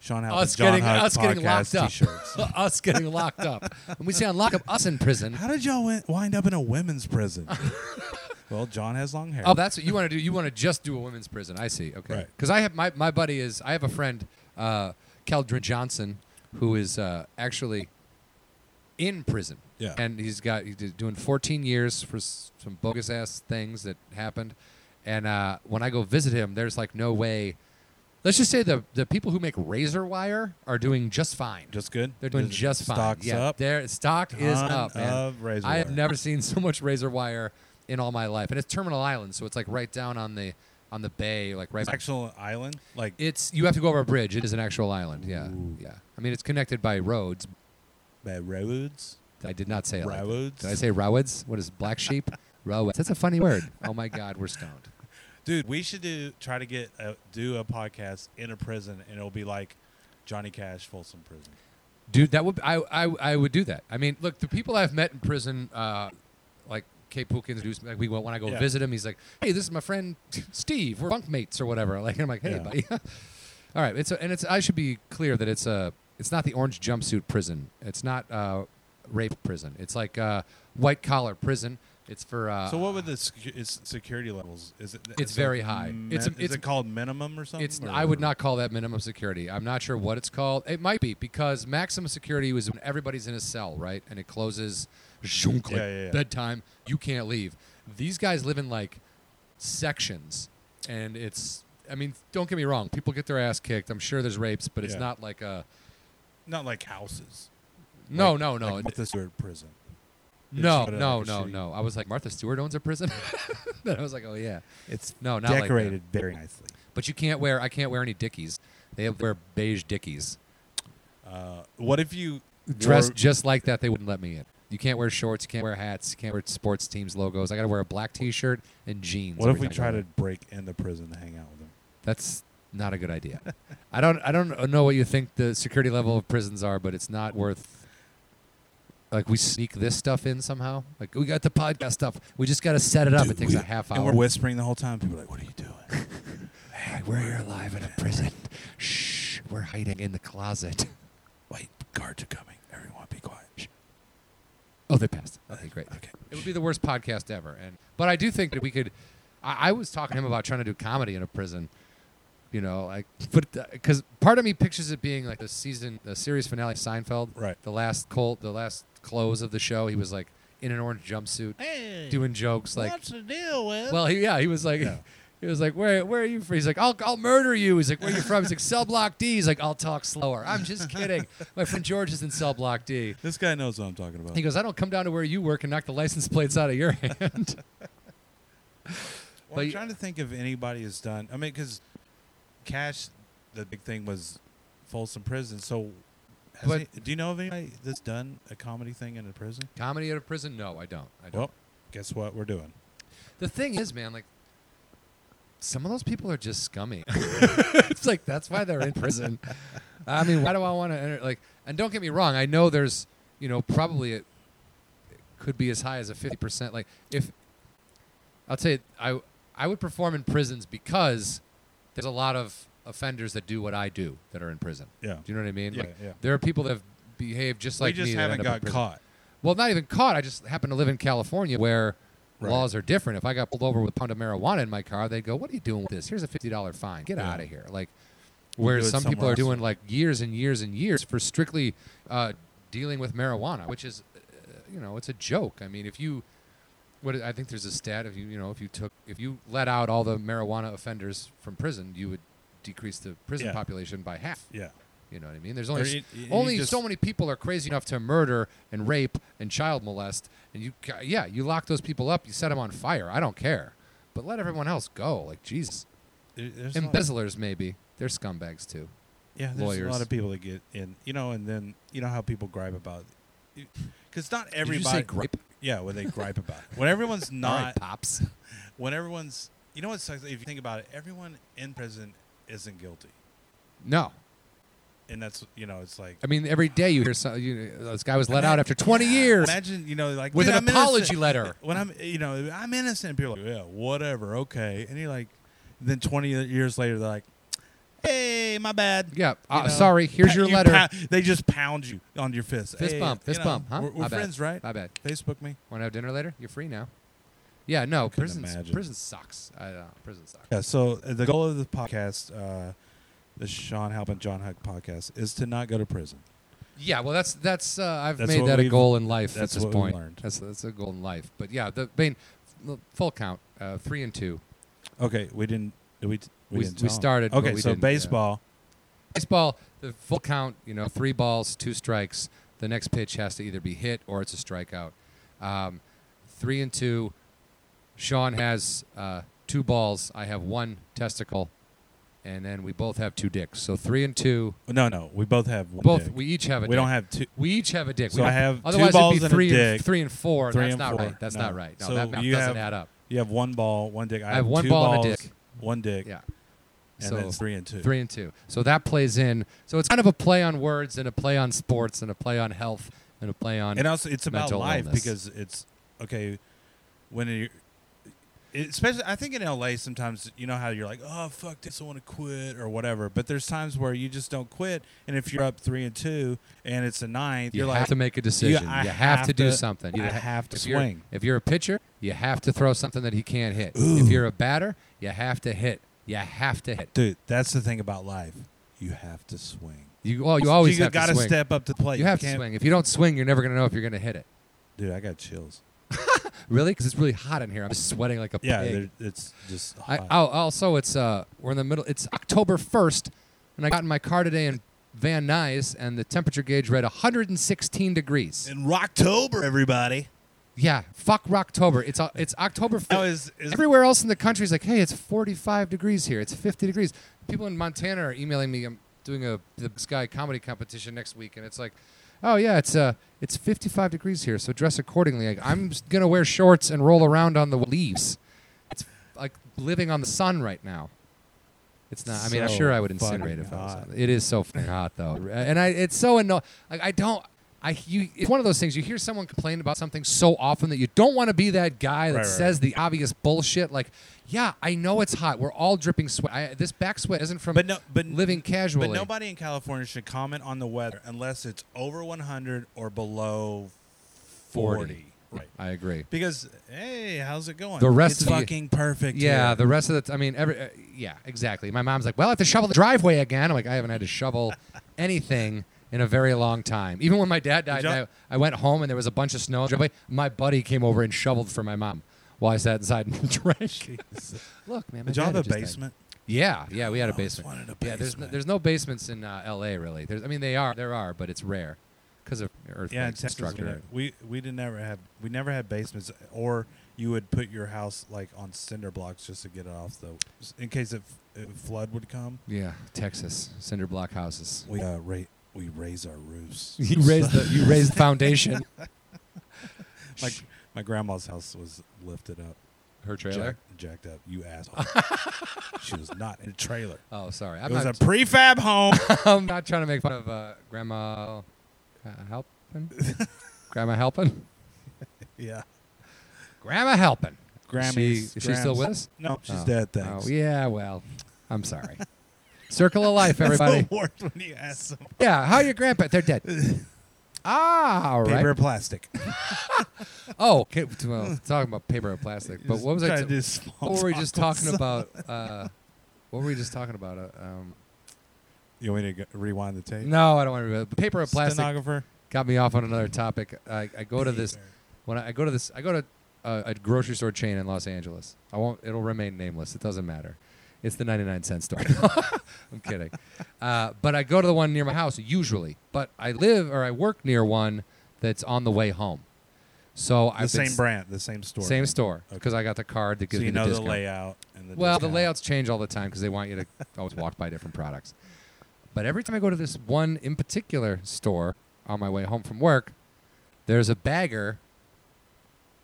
Speaker 2: Sean Halpin,
Speaker 3: Us
Speaker 2: John
Speaker 3: Oh, getting
Speaker 2: Huck
Speaker 3: us getting
Speaker 2: podcast
Speaker 3: locked up.
Speaker 2: T-shirts.
Speaker 3: us getting locked up. When we say on lockup, us in prison.
Speaker 2: How did y'all win- wind up in a women's prison? well, John has long hair.
Speaker 3: Oh, that's what you want to do. You want to just do a women's prison. I see. Okay.
Speaker 2: Right.
Speaker 3: Because I have my, my buddy is I have a friend, uh, Keldrin Johnson, who is uh, actually in prison.
Speaker 2: Yeah.
Speaker 3: And he's got he's doing 14 years for s- some bogus ass things that happened. And uh, when I go visit him, there's like no way. Let's just say the the people who make razor wire are doing just fine.
Speaker 2: just good.
Speaker 3: They're doing just fine.
Speaker 2: Stocks
Speaker 3: yeah,
Speaker 2: up.
Speaker 3: Their stock is
Speaker 2: Ton
Speaker 3: up, man.
Speaker 2: of razor
Speaker 3: I have
Speaker 2: wire.
Speaker 3: never seen so much razor wire in all my life, and it's Terminal Island, so it's like right down on the on the bay, like right.
Speaker 2: It's actual island. Like
Speaker 3: it's you have to go over a bridge. It is an actual island. Yeah, yeah. I mean, it's connected by roads.
Speaker 2: by roads.
Speaker 3: I did not say it. like that.
Speaker 2: Roads?
Speaker 3: Did I say roads? What is black sheep? roads. That's a funny word. Oh my God, we're stoned.
Speaker 2: Dude, we should do try to get a, do a podcast in a prison, and it'll be like Johnny Cash Folsom Prison.
Speaker 3: Dude, that would I, I I would do that. I mean, look, the people I've met in prison, uh, like Kate Pookins, who's- like we when I go
Speaker 2: Yeah.
Speaker 3: visit him, he's like, "Hey, this is my friend Steve. We're bunkmates or whatever." Like I'm like, "Hey,
Speaker 2: Yeah.
Speaker 3: buddy." All right, it's a, and it's I should be clear that it's a it's not the orange jumpsuit prison. It's not uh, rape prison. It's like uh, white collar prison. It's for uh,
Speaker 2: So what would the sec- is security levels? Is it?
Speaker 3: It's
Speaker 2: is it
Speaker 3: very high.
Speaker 2: min-
Speaker 3: It's a-
Speaker 2: is
Speaker 3: it's-
Speaker 2: it called minimum or something?
Speaker 3: It's
Speaker 2: or-
Speaker 3: I would not call that minimum security. I'm not sure what it's called. It might be because maximum security was when everybody's in a cell, right? And it closes zhunk, like
Speaker 2: Yeah, yeah, yeah.
Speaker 3: bedtime. You can't leave. These guys live in like sections and it's I mean, don't get me wrong, people get their ass kicked. I'm sure there's rapes, but it's
Speaker 2: Yeah.
Speaker 3: not like a
Speaker 2: not like houses.
Speaker 3: No, no, no.
Speaker 2: like
Speaker 3: it-
Speaker 2: Martha Stewart prison.
Speaker 3: no,
Speaker 2: It's
Speaker 3: no,
Speaker 2: like a
Speaker 3: no,
Speaker 2: shitty-
Speaker 3: no. I was like Martha Stewart owns a prison. then I was like, "Oh yeah."
Speaker 2: It's
Speaker 3: No, not like that.
Speaker 2: decorated very nicely.
Speaker 3: But you can't wear I can't wear any dickies. They wear beige dickies.
Speaker 2: Uh, what if you
Speaker 3: dressed
Speaker 2: wore-
Speaker 3: just like that, they wouldn't let me in. You can't wear shorts. You can't wear hats. You can't wear sports teams logos. I got to wear a black T-shirt and jeans.
Speaker 2: What if
Speaker 3: every
Speaker 2: we
Speaker 3: time I
Speaker 2: try
Speaker 3: go
Speaker 2: to
Speaker 3: in.
Speaker 2: break into prison to hang out with them?
Speaker 3: That's not a good idea. I don't. I don't know what you think the security level of prisons are, but it's not worth. Like we sneak this stuff in somehow. Like we got the podcast stuff. We just got to set it up. it takes a half hour.
Speaker 2: And we're whispering the whole time. People are like, "What are you doing?"
Speaker 3: Hey, we're here live in a prison. Shh, we're hiding in the closet.
Speaker 2: Wait, guards are coming. Everyone, be quiet. Shh.
Speaker 3: Oh, they passed. Okay, great.
Speaker 2: Okay.
Speaker 3: It would be the worst podcast ever. And but I do think that we could. I, I was talking to him about trying to do comedy in a prison. You know, like, but because part of me pictures it being like the season, the series finale of Seinfeld.
Speaker 2: Right.
Speaker 3: The last colt, the last close of the show, he was like in an orange jumpsuit,
Speaker 4: Hey,
Speaker 3: doing jokes like,
Speaker 4: what's the deal with?
Speaker 3: well, he, yeah, he was like.
Speaker 2: Yeah.
Speaker 3: He was like, where, where are you from? He's like, I'll, I'll murder you. He's like, where are you from? He's like, cell block D. He's like, I'll talk slower. I'm just kidding. My friend George is in cell block D.
Speaker 2: This guy knows what I'm talking about.
Speaker 3: He goes, I don't come down to where you work and knock the license plates out of your hand.
Speaker 2: Well, I'm
Speaker 3: But-
Speaker 2: trying to think if anybody has done. I mean, because Cash, the big thing was Folsom Prison. So, has
Speaker 3: But-
Speaker 2: any- do you know of anybody that's done a comedy thing in a prison?
Speaker 3: Comedy out of prison? No, I don't. I don't.
Speaker 2: Well, guess what we're doing.
Speaker 3: the thing is, man, like some of those people are just scummy. it's like that's why they're in prison. I mean, why do I want to enter? Like, and don't get me wrong, I know there's, you know, probably it, it could be as high as a fifty percent. Like, if I'll tell you, I I would perform in prisons because there's a lot of offenders that do what I do that are in prison.
Speaker 2: Yeah.
Speaker 3: Do you know what I mean?
Speaker 2: Yeah,
Speaker 3: like,
Speaker 2: yeah.
Speaker 3: There are people that have behave just like
Speaker 2: we just
Speaker 3: me. that
Speaker 2: haven't
Speaker 3: end up in
Speaker 2: got
Speaker 3: prison.
Speaker 2: caught.
Speaker 3: Well, not even caught. I just happen to live in California where
Speaker 2: Right.
Speaker 3: laws are different. If I got pulled over with a pound of marijuana in my car, they'd go, "What are you doing with this? Here's a fifty dollar fine. Get
Speaker 2: Yeah.
Speaker 3: out of here." Like,
Speaker 2: do
Speaker 3: whereas
Speaker 2: it
Speaker 3: some people
Speaker 2: somewhere
Speaker 3: are
Speaker 2: else.
Speaker 3: doing like years and years and years for strictly uh, dealing with marijuana, which is, uh, you know, it's a joke. I mean, if you, what I think there's a stat if you you know if you took if you let out all the marijuana offenders from prison, you would decrease the prison
Speaker 2: Yeah.
Speaker 3: population by half.
Speaker 2: Yeah.
Speaker 3: You know what I mean? There's only
Speaker 2: you- you
Speaker 3: only
Speaker 2: just-
Speaker 3: so many people are crazy enough to murder and rape and child molest, and you ca- yeah you lock those people up, you set them on fire. I don't care, but let everyone else go. Like Jesus,
Speaker 2: There- There's a lot-
Speaker 3: embezzlers maybe they're scumbags too.
Speaker 2: yeah, there's a
Speaker 3: lawyers.
Speaker 2: lot of people that get in, you know, and then you know how people gripe about, because not everybody.
Speaker 3: Did you say gripe?
Speaker 2: Yeah, when they gripe about it. When everyone's
Speaker 3: All
Speaker 2: not,
Speaker 3: right, pops.
Speaker 2: when everyone's, you know what sucks? If you think about it, everyone in prison isn't guilty,
Speaker 3: No,
Speaker 2: and that's you know, it's like
Speaker 3: I mean every day you hear some, you, this guy was let out after 20 years.
Speaker 2: Imagine, you know, like
Speaker 3: With
Speaker 2: "Dude,
Speaker 3: an
Speaker 2: I'm innocent."
Speaker 3: apology letter.
Speaker 2: When I'm, you know, I'm innocent. People are like, yeah, whatever, okay. And you're like, then 20 years later, they're like, hey, my bad.
Speaker 3: Yeah,
Speaker 2: You
Speaker 3: uh,
Speaker 2: know,
Speaker 3: sorry. Here's
Speaker 2: pa-
Speaker 3: your
Speaker 2: you
Speaker 3: letter.
Speaker 2: pa- they just pound you on your fist.
Speaker 3: Fist
Speaker 2: Hey,
Speaker 3: bump,
Speaker 2: you
Speaker 3: fist
Speaker 2: know,
Speaker 3: bump, huh?
Speaker 2: We're, we're
Speaker 3: My bad.
Speaker 2: friends, right?
Speaker 3: My bad.
Speaker 2: Facebook me.
Speaker 3: Want to have dinner later? You're free now. Yeah, no, prison
Speaker 2: imagine.
Speaker 3: prison sucks. I don't know, prison sucks.
Speaker 2: Yeah. So uh, the goal of the podcast, uh, the Sean Halpin John Huck podcast, is to not go to prison.
Speaker 3: Yeah, well, that's that's uh, I've
Speaker 2: That's
Speaker 3: made
Speaker 2: what
Speaker 3: that a
Speaker 2: we've-
Speaker 3: goal in life
Speaker 2: that's
Speaker 3: at this
Speaker 2: what we
Speaker 3: point.
Speaker 2: learned.
Speaker 3: That's that's a goal in life. But yeah, the I mean, f- full count, uh, three and two.
Speaker 2: Okay, we didn't. did We we,
Speaker 3: We-
Speaker 2: didn't
Speaker 3: we
Speaker 2: tell 'em.
Speaker 3: started, but
Speaker 2: Okay,
Speaker 3: we
Speaker 2: so
Speaker 3: didn't, yeah.
Speaker 2: baseball.
Speaker 3: Baseball, the full count. You know, three balls, two strikes. The next pitch has to either be hit or it's a strikeout. Um, three and two. Sean has uh, two balls. I have one testicle, and then we both have two dicks. So three and two.
Speaker 2: No, no, we both have one
Speaker 3: Both.
Speaker 2: dick.
Speaker 3: We each have a.
Speaker 2: we
Speaker 3: dick.
Speaker 2: don't have two.
Speaker 3: We each have a dick. We
Speaker 2: So I
Speaker 3: don't-
Speaker 2: have two
Speaker 3: otherwise
Speaker 2: balls
Speaker 3: it'd be
Speaker 2: and a
Speaker 3: three
Speaker 2: dick.
Speaker 3: three and four.
Speaker 2: Three
Speaker 3: That's
Speaker 2: and
Speaker 3: not
Speaker 2: four.
Speaker 3: right. That's
Speaker 2: No.
Speaker 3: not right. No,
Speaker 2: So
Speaker 3: that math
Speaker 2: you
Speaker 3: doesn't
Speaker 2: have-
Speaker 3: add up.
Speaker 2: You have one ball, one dick. I,
Speaker 3: have one
Speaker 2: two
Speaker 3: ball and
Speaker 2: balls,
Speaker 3: a dick.
Speaker 2: One dick.
Speaker 3: Yeah.
Speaker 2: And
Speaker 3: so
Speaker 2: then three and two.
Speaker 3: three and two. So that plays in. So it's kind of a play on words and a play on sports and a play on health and a play on.
Speaker 2: And also, it's about
Speaker 3: mental
Speaker 2: life
Speaker 3: illness.
Speaker 2: because it's okay when you. it- Especially, I think in LA, sometimes you know how you're like, oh fuck this, I want to quit or whatever. But there's times where you just don't quit, and if you're up three and two, and it's a ninth,
Speaker 3: you
Speaker 2: are
Speaker 3: have
Speaker 2: like,
Speaker 3: to make a decision.
Speaker 2: I
Speaker 3: you have,
Speaker 2: have
Speaker 3: to do
Speaker 2: to-
Speaker 3: something. You
Speaker 2: I
Speaker 3: ha-
Speaker 2: have to
Speaker 3: if you're-
Speaker 2: swing.
Speaker 3: if you're a pitcher, you have to throw something that he can't hit. If you're a batter, you have to hit. You have to hit.
Speaker 2: dude, that's the thing about life. You have to swing.
Speaker 3: You well, you always
Speaker 2: you
Speaker 3: have
Speaker 2: gotta
Speaker 3: to swing.
Speaker 2: step up to the plate.
Speaker 3: you have to
Speaker 2: can't-
Speaker 3: swing. If you don't swing, you're never going to know if you're going to hit it.
Speaker 2: dude. I got chills.
Speaker 3: Really? Because it's really hot in here. I'm sweating like a
Speaker 2: Yeah,
Speaker 3: pig.
Speaker 2: there- it's just.
Speaker 3: I,
Speaker 2: hot.
Speaker 3: oh, also, it's uh, we're in the middle. It's October first, and I got in my car today in Van Nuys, and the temperature gauge read 116 degrees.
Speaker 2: in Rocktober, everybody.
Speaker 3: yeah, fuck Rocktober. It's uh, it's October
Speaker 2: Now
Speaker 3: first.
Speaker 2: is, is
Speaker 3: Everywhere else in the country is like, hey, it's 45 degrees here. It's 50 degrees. People in Montana are emailing me. I'm doing a the Sky comedy competition next week, and it's like, oh yeah, it's uh, it's 55 degrees here, so dress accordingly. Like, I'm just gonna wear shorts and roll around on the leaves. It's like living on the sun right now. It's not. I mean, I'm
Speaker 2: So
Speaker 3: sure I would
Speaker 2: fucking
Speaker 3: incinerate if I was.
Speaker 2: hot.
Speaker 3: On. It is so fucking hot though, and I. It's so annoying. Like I don't. I you. It's one of those things. You hear someone complain about something so often that you don't want to be that guy that
Speaker 2: Right, right,
Speaker 3: says the obvious bullshit. Like, yeah, I know it's hot. We're all dripping sweat. I, this back sweat isn't from
Speaker 2: But no- but-
Speaker 3: living casually.
Speaker 2: But nobody in California should comment on the weather unless it's over 100 or below 40.
Speaker 3: 40.
Speaker 2: Right.
Speaker 3: I agree.
Speaker 2: Because hey, how's it going?
Speaker 3: The rest
Speaker 2: it's
Speaker 3: of the-
Speaker 2: fucking perfect.
Speaker 3: Yeah,
Speaker 2: here.
Speaker 3: the rest of the. T- I mean, every. Uh, yeah, exactly. My mom's like, "Well, I have to shovel the driveway again." I'm like, "I haven't had to shovel anything in a very long time." Even when my dad died,
Speaker 2: Did y'all-
Speaker 3: and I, I went home and there was a bunch of snow. on the driveway. My buddy came over and shoveled for my mom while I sat inside and drenched. Look, man, my
Speaker 2: Did y'all
Speaker 3: dad
Speaker 2: have a
Speaker 3: just died.
Speaker 2: basement?
Speaker 3: Yeah, yeah, we had a
Speaker 2: I always
Speaker 3: basement.
Speaker 2: wanted a
Speaker 3: Yeah, there's no,
Speaker 2: basement.
Speaker 3: there's no basements in uh, L.A. really. There's, I mean, they are there are, but it's rare because of earthquakes,
Speaker 2: Yeah, in
Speaker 3: and
Speaker 2: Texas, we,
Speaker 3: structure.
Speaker 2: didn't- we we didn't ever have we never had basements, or you would put your house like on cinder blocks just to get it off the in case if, if flood would come.
Speaker 3: Yeah, Texas cinder block houses.
Speaker 2: We uh, ra- we raise our roofs.
Speaker 3: You raised the you raised foundation.
Speaker 2: my my grandma's house was lifted up.
Speaker 3: Her trailer.
Speaker 2: Jack- jacked up. You asshole. she was not in a trailer.
Speaker 3: Oh, sorry. I'm
Speaker 2: it was
Speaker 3: not,
Speaker 2: a prefab home.
Speaker 3: I'm not trying to make fun of uh, Grandma uh, Helpin. Grandma Helpin.
Speaker 2: yeah.
Speaker 3: Grandma Helpin.
Speaker 2: Grammys.
Speaker 3: She, is she still
Speaker 2: Grams.
Speaker 3: with us?
Speaker 2: No, she's
Speaker 3: Oh.
Speaker 2: dead. Thanks.
Speaker 3: Oh, yeah, well, I'm sorry. Circle of life,
Speaker 2: That's
Speaker 3: everybody.
Speaker 2: the worst when you ask them.
Speaker 3: Yeah, how are your grandpa? They're dead. Ah, all right.
Speaker 2: Paper or plastic.
Speaker 3: Oh, okay. Well, talking about paper and plastic. But what was I?
Speaker 2: Trying to
Speaker 3: T-
Speaker 2: do small
Speaker 3: what were we just
Speaker 2: talk.
Speaker 3: talking about? Uh, what were we just talking about? Uh, um,
Speaker 2: You want me to go- rewind the tape?
Speaker 3: no, I don't want to. But paper and plastic
Speaker 2: Stenographer.
Speaker 3: got me off on another topic. I, I go to this when I, I go to this. I go to a, a grocery store chain in Los Angeles. I won't. It'll remain nameless. It doesn't matter. It's the ninety-nine cent store. I'm kidding. Uh, but I go to the one near my house usually. But I live or I work near one that's on the way home. So
Speaker 2: The
Speaker 3: I've been
Speaker 2: same brand, the same store.
Speaker 3: Same store
Speaker 2: Okay.
Speaker 3: because I got the card that
Speaker 2: So
Speaker 3: gives me
Speaker 2: you
Speaker 3: the
Speaker 2: know the,
Speaker 3: discount.
Speaker 2: layout and the
Speaker 3: well,
Speaker 2: discount.
Speaker 3: the layouts change all the time because they want you to always walk by different products. But every time I go to this one in particular store on my way home from work, there's a bagger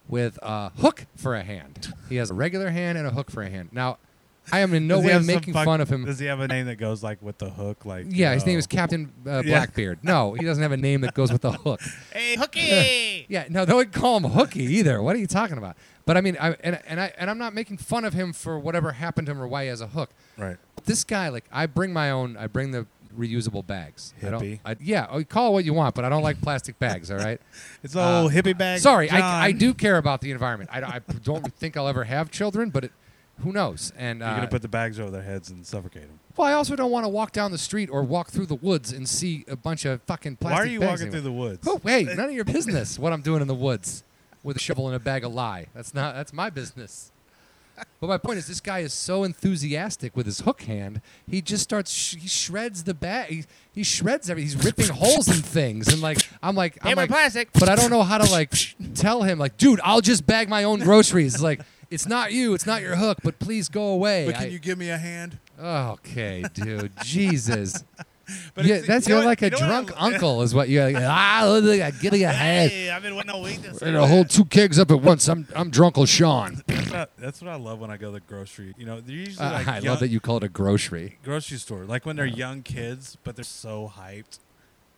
Speaker 3: with a hook for a hand. He has a regular hand and a hook for a hand. Now, I am in no
Speaker 2: Does he
Speaker 3: way
Speaker 2: have some
Speaker 3: making
Speaker 2: fuck-
Speaker 3: fun of him.
Speaker 2: Does he have a name that goes like with the hook? Like
Speaker 3: Yeah, his name
Speaker 2: no.
Speaker 3: is Captain uh,
Speaker 2: Yeah.
Speaker 3: Blackbeard. No, he doesn't have a name that goes with the hook.
Speaker 4: Hey, hooky!
Speaker 3: Yeah, no, they wouldn't call him Hooky either. What are you talking about? But I mean, I, and, and I and I'm not making fun of him for whatever happened to him or why he has a hook.
Speaker 2: right.
Speaker 3: This guy, like, I bring my own. I bring the reusable bags. I don't,
Speaker 2: Hippie.
Speaker 3: I, yeah, oh, call it what you want, but I don't like plastic bags. All right.
Speaker 2: It's
Speaker 3: Uh,
Speaker 2: all hippie bag.
Speaker 3: Sorry,
Speaker 2: John.
Speaker 3: I, I do care about the environment. I, I don't think I'll ever have children, but it, who knows? And
Speaker 2: You're
Speaker 3: uh,
Speaker 2: gonna put the bags over their heads and suffocate them.
Speaker 3: well, I also don't want to walk down the street or walk through the woods and see a bunch of fucking plastic.
Speaker 2: Why are you
Speaker 3: bags
Speaker 2: walking
Speaker 3: anywhere.
Speaker 2: through the woods?
Speaker 3: Oh, hey, none of your business what I'm doing in the woods with a shovel and a bag of lie. That's not that's my business. But my point is, this guy is so enthusiastic with his hook hand. He just starts sh- he shreds the bag. He, he shreds everything. He's ripping holes in things, and like I'm like I'm
Speaker 4: Paper
Speaker 3: like,
Speaker 4: plastic.
Speaker 3: But I don't know how to like tell him like, dude, I'll just bag my own groceries. Like it's not you, it's not your hook, but please go away.
Speaker 2: But can
Speaker 3: I-
Speaker 2: you give me a hand?
Speaker 3: okay, dude, Jesus.
Speaker 2: But
Speaker 3: yeah,
Speaker 2: it's-
Speaker 3: that's
Speaker 2: you know
Speaker 3: you're
Speaker 2: what-
Speaker 3: like a
Speaker 2: you know what I
Speaker 3: drunk
Speaker 2: lo-
Speaker 3: uncle, is what you're like. Ah, look, I get a hand.
Speaker 4: Hey, I've been waiting all week to say
Speaker 3: And a whole two kegs up at once. I'm I'm drunkle Sean.
Speaker 2: That's what, I, that's what I love when I go to the grocery. You know, they're usually
Speaker 3: Uh,
Speaker 2: like
Speaker 3: I
Speaker 2: young,
Speaker 3: love that you Uh. call it a grocery.
Speaker 2: grocery store, like when they're young kids, but they're so hyped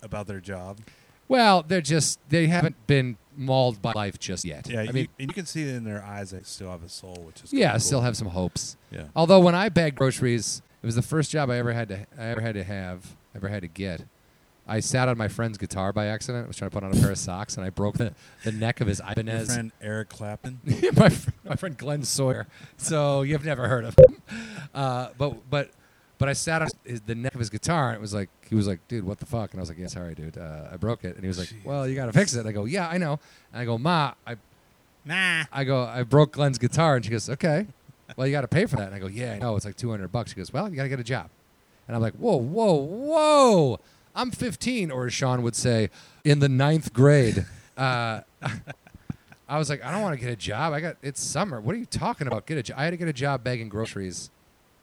Speaker 2: about their job.
Speaker 3: Well, they're just they haven't been mauled by life just yet.
Speaker 2: Yeah,
Speaker 3: I mean,
Speaker 2: you, and you can see it in their eyes they still have a soul, which is
Speaker 3: yeah, I
Speaker 2: cool.
Speaker 3: still have some hopes.
Speaker 2: Yeah.
Speaker 3: Although when I bagged groceries, it was the first job I ever had to I ever had to have ever had to get. I sat on my friend's guitar by accident. I was trying to put on a pair of socks, and I broke the, the neck of his
Speaker 2: Your
Speaker 3: Ibanez.
Speaker 2: friend Eric Clapton.
Speaker 3: my, fr- my friend Glenn Sawyer. So you've never heard of him. Uh, but but but I sat on his, the neck of his guitar and it was like he was like, dude, what the fuck? And I was like, yeah, sorry, dude, uh, I broke it. And he was like, well, you gotta fix it. And I go, yeah, I know. And I go, ma, I
Speaker 4: Nah.
Speaker 3: I go, I broke Glenn's guitar, and she goes, okay, well, you got to pay for that. And I go, yeah, I know, it's like two hundred bucks. She goes, well, you got to get a job. And I'm like, whoa, whoa, whoa, I'm 15, or as Sean would say, in the ninth grade. Uh, I was like, I don't want to get a job. I got it's summer. What are you talking about? Get a job. I had to get a job bagging groceries,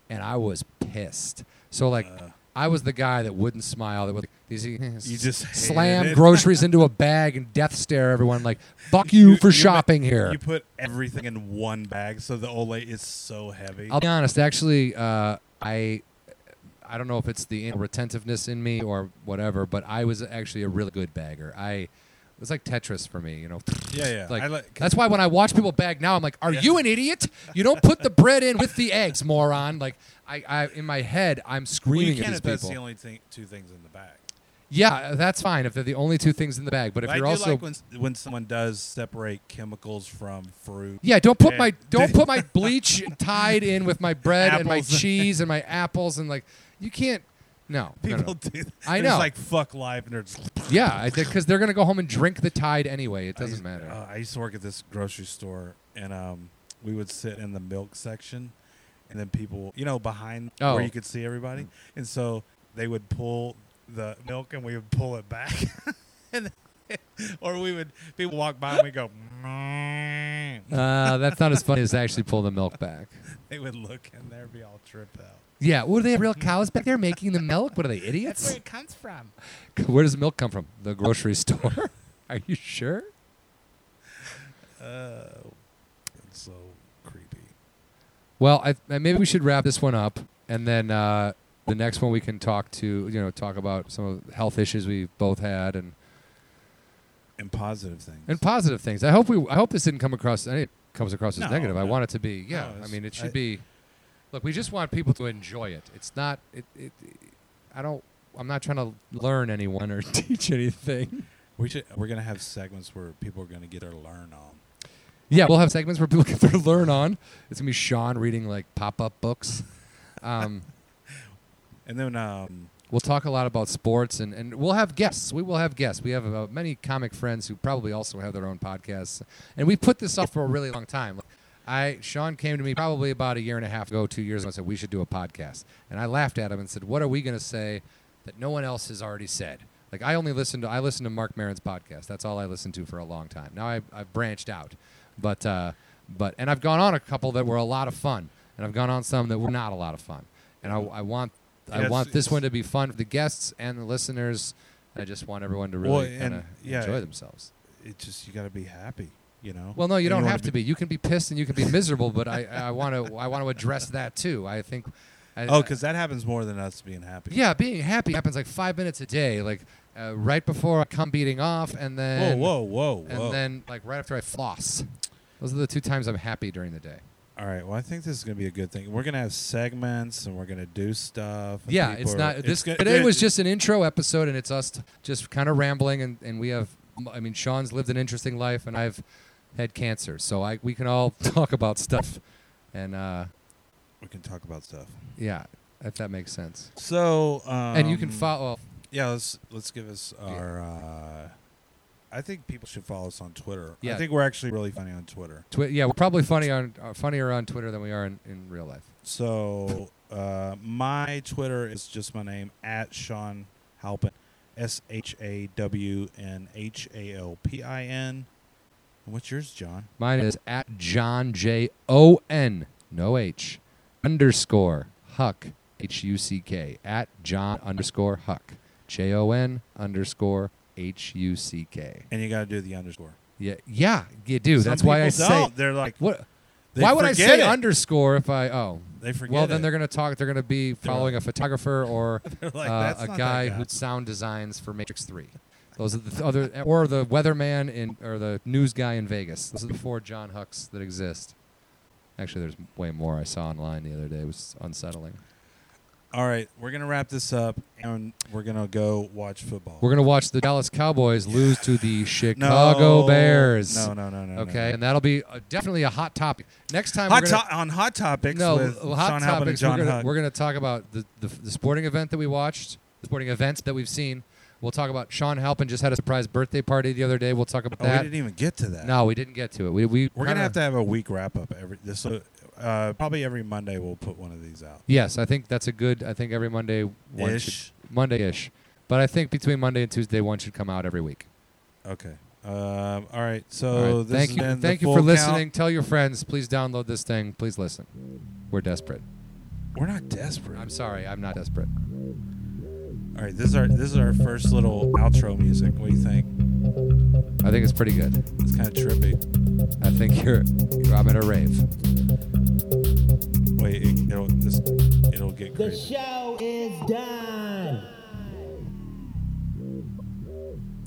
Speaker 3: and I was pissed. So like. I was the guy that wouldn't smile. That would these you
Speaker 2: just hated
Speaker 3: slam
Speaker 2: it.
Speaker 3: groceries into a bag and death stare everyone like, "Fuck you, for
Speaker 2: put-
Speaker 3: shopping here."
Speaker 2: You put everything in one bag, so the old lady is so heavy.
Speaker 3: I'll be honest. Actually, uh, I I don't know if it's the anal retentiveness in me or whatever, but I was actually a really good bagger. I it was like Tetris for me, you know.
Speaker 2: yeah, yeah.
Speaker 3: Like,
Speaker 2: I like-
Speaker 3: that's why when I watch people bag now, I'm like, "Are you an idiot? You don't put the bread in with the eggs, moron!" Like, I, I in my head, I'm
Speaker 2: well, you
Speaker 3: screaming
Speaker 2: can
Speaker 3: at these
Speaker 2: if that's
Speaker 3: people.
Speaker 2: the only thing, two things in the bag.
Speaker 3: yeah, that's fine if they're the only two things in the bag. But if
Speaker 2: But I
Speaker 3: you're
Speaker 2: do
Speaker 3: also
Speaker 2: like when s- when someone does separate chemicals from fruit.
Speaker 3: Yeah, don't put
Speaker 2: Yeah.
Speaker 3: my don't put my bleach tied in with my bread and my
Speaker 2: Apples.
Speaker 3: cheese and my apples and like you can't. No, no, no.
Speaker 2: people do.
Speaker 3: I
Speaker 2: It's
Speaker 3: know.
Speaker 2: like fuck life, and they're just,
Speaker 3: Yeah, because they're gonna go home and drink the Tide anyway. It
Speaker 2: I
Speaker 3: doesn't
Speaker 2: used-
Speaker 3: matter.
Speaker 2: uh, I used to work at this grocery store, and um, we would sit in the milk section, and then people, you know, behind
Speaker 3: Oh.
Speaker 2: where you could see everybody, and so they would pull the milk, and we would pull it back, and then- or we would people walk by, and we go, "Mm."
Speaker 3: Uh, that's not as funny as to actually pull the milk back.
Speaker 2: they would look, and they'd be all tripped out.
Speaker 3: Yeah, what do they have real cows back there making the milk? What are they
Speaker 4: That's where
Speaker 3: idiots?
Speaker 4: it comes from.
Speaker 3: Where does milk come from? The grocery store. Are you sure?
Speaker 2: Oh, it's so creepy.
Speaker 3: Well, I, I- maybe we should wrap this one up, and then uh, the next one we can talk to you know talk about some of the health issues we both had and
Speaker 2: And positive things.
Speaker 3: and positive things. I hope we I hope this didn't come across any comes across as
Speaker 2: No,
Speaker 3: negative. I
Speaker 2: no.
Speaker 3: want it to be yeah. I
Speaker 2: it's-
Speaker 3: mean, it should
Speaker 2: I-
Speaker 3: be. Look, we just want people to enjoy it. It's not. It, it. I don't. I'm not trying to learn anyone or teach anything.
Speaker 2: We should. We're gonna have segments where people are gonna get their learn um, on.
Speaker 3: Yeah, we'll have segments where people can their learn on. It's gonna be Sean reading like pop-up books. Um,
Speaker 2: And then um,
Speaker 3: we'll talk a lot about sports, and, and we'll have guests. We will have guests. We have uh, many comic friends who probably also have their own podcasts, and we put this off for a really long time. I Sean came to me probably about a year and a half ago, two years ago, and said we should do a podcast, and I laughed at him and said, "What are we gonna say that no one else has already said?" Like I only listen to I listen to Mark Maron's podcast. That's all I listened to for a long time. Now I, I've branched out, but uh, but and I've gone on a couple that were a lot of fun, and I've gone on some that were not a lot of fun. And I, I want I
Speaker 2: Yes,
Speaker 3: want this
Speaker 2: it's-
Speaker 3: one to be fun for the guests and the listeners. I just want everyone to really
Speaker 2: Well,
Speaker 3: kind of
Speaker 2: and- yeah.
Speaker 3: enjoy themselves.
Speaker 2: it just you gotta be happy. You know.
Speaker 3: Well, no, you
Speaker 2: And
Speaker 3: don't
Speaker 2: wanna
Speaker 3: have to be. You can be pissed and you can be miserable, but I I want to I want to address that too. I think. I,
Speaker 2: Oh, because that happens more than us being happy.
Speaker 3: Yeah, being happy happens like five minutes a day, like uh, right before I come beating off, and
Speaker 2: Whoa,
Speaker 3: then
Speaker 2: whoa, whoa,
Speaker 3: and
Speaker 2: whoa.
Speaker 3: then like right after I floss. Those are the two times I'm happy during the day.
Speaker 2: All right. Well, I think this is gonna be a good thing. We're gonna have segments and we're gonna do stuff. and
Speaker 3: Yeah,
Speaker 2: people
Speaker 3: it's
Speaker 2: are-
Speaker 3: not this.
Speaker 2: gonna-
Speaker 3: today
Speaker 2: it-
Speaker 3: was just an intro episode, and it's us t- just kind of rambling, and, and we have. I mean, Sean's lived an interesting life, and I've had cancer, so I we can all talk about stuff, and uh,
Speaker 2: We can talk about stuff.
Speaker 3: yeah, if that makes sense.
Speaker 2: So. Um,
Speaker 3: and you can follow.
Speaker 2: Yeah, let's let's give us our. Uh, I think people should follow us on Twitter.
Speaker 3: Yeah.
Speaker 2: I think we're actually really funny on Twitter.
Speaker 3: Twi- yeah, we're probably funny on uh, funnier on Twitter than we are in, in real life.
Speaker 2: So uh, my Twitter is just my name at Sean Halpin, S H A W N H A L P I N. And What's yours, John?
Speaker 3: Mine is at John J O N no H underscore Huck H U C K at John underscore Huck J O N underscore H U C K.
Speaker 2: And you got to do the underscore.
Speaker 3: Yeah, yeah, you do. That's
Speaker 2: Some
Speaker 3: why I
Speaker 2: people
Speaker 3: say
Speaker 2: don't. they're like
Speaker 3: what.
Speaker 2: they
Speaker 3: why would I
Speaker 2: forget
Speaker 3: say
Speaker 2: it.
Speaker 3: underscore if I oh?
Speaker 2: They forget.
Speaker 3: Well, then
Speaker 2: it.
Speaker 3: they're gonna talk. They're gonna be following a photographer or
Speaker 2: They're like,
Speaker 3: uh,
Speaker 2: "That's
Speaker 3: a
Speaker 2: not that
Speaker 3: guy
Speaker 2: guy."
Speaker 3: who sound designs for Matrix Three. Those are the th- other, or the weatherman in, or the news guy in Vegas. Those are the four John Hucks that exist. Actually, there's way more I saw online the other day. It was unsettling.
Speaker 2: All right, we're gonna wrap this up, and we're gonna go watch football.
Speaker 3: We're gonna watch the Dallas Cowboys lose to the Chicago
Speaker 2: no,
Speaker 3: Bears.
Speaker 2: No, no, no, no. no,
Speaker 3: okay,
Speaker 2: no.
Speaker 3: and that'll be uh, definitely a hot topic. Next time,
Speaker 2: Hot
Speaker 3: we're gonna,
Speaker 2: to- on hot topics
Speaker 3: no
Speaker 2: with
Speaker 3: l- hot
Speaker 2: Sean Halpin and
Speaker 3: topics.
Speaker 2: John
Speaker 3: we're, gonna,
Speaker 2: Huck.
Speaker 3: we're gonna talk about the, the the sporting event that we watched, the sporting events that we've seen. We'll talk about Sean Halpin just had a surprise birthday party the other day. We'll talk about
Speaker 2: oh,
Speaker 3: that.
Speaker 2: we didn't even get to that.
Speaker 3: No, we didn't get to it. We we
Speaker 2: We're
Speaker 3: kinda-
Speaker 2: gonna have to have a week wrap up every this. will- Uh, probably every Monday we'll put one of these out.
Speaker 3: Yes, I think that's a good. I think every Monday one should,
Speaker 2: Ish.
Speaker 3: Monday ish, but I think between Monday and Tuesday one should come out every week.
Speaker 2: Okay. Um, all right. So
Speaker 3: All right.
Speaker 2: this
Speaker 3: Thank
Speaker 2: has
Speaker 3: you,
Speaker 2: been the
Speaker 3: thank you
Speaker 2: Full
Speaker 3: for
Speaker 2: Count.
Speaker 3: listening. Tell your friends. Please download this thing. Please listen. We're desperate.
Speaker 2: We're not desperate.
Speaker 3: I'm sorry, I'm not desperate.
Speaker 2: all right. This is our this is our first little outro music. What do you think?
Speaker 3: I think it's pretty good.
Speaker 2: It's kind of trippy.
Speaker 3: I think you're. you're I'm at a rave.
Speaker 2: Wait, it, it'll this it'll get
Speaker 5: The
Speaker 2: crazy.
Speaker 5: show is done.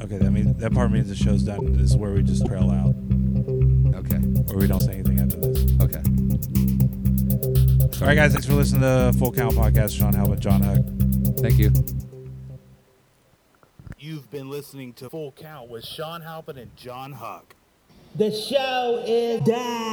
Speaker 2: Okay. That means that part means the show's done. This is where we just trail out,
Speaker 3: Okay.
Speaker 2: or we don't say anything after this.
Speaker 3: Okay.
Speaker 2: All right, guys. Thanks for listening to the Full Count podcast. Sean Halpin, John Huck.
Speaker 3: Thank you.
Speaker 1: You've been listening to Full Count with Sean Halpin and John Huck.
Speaker 5: The show is done.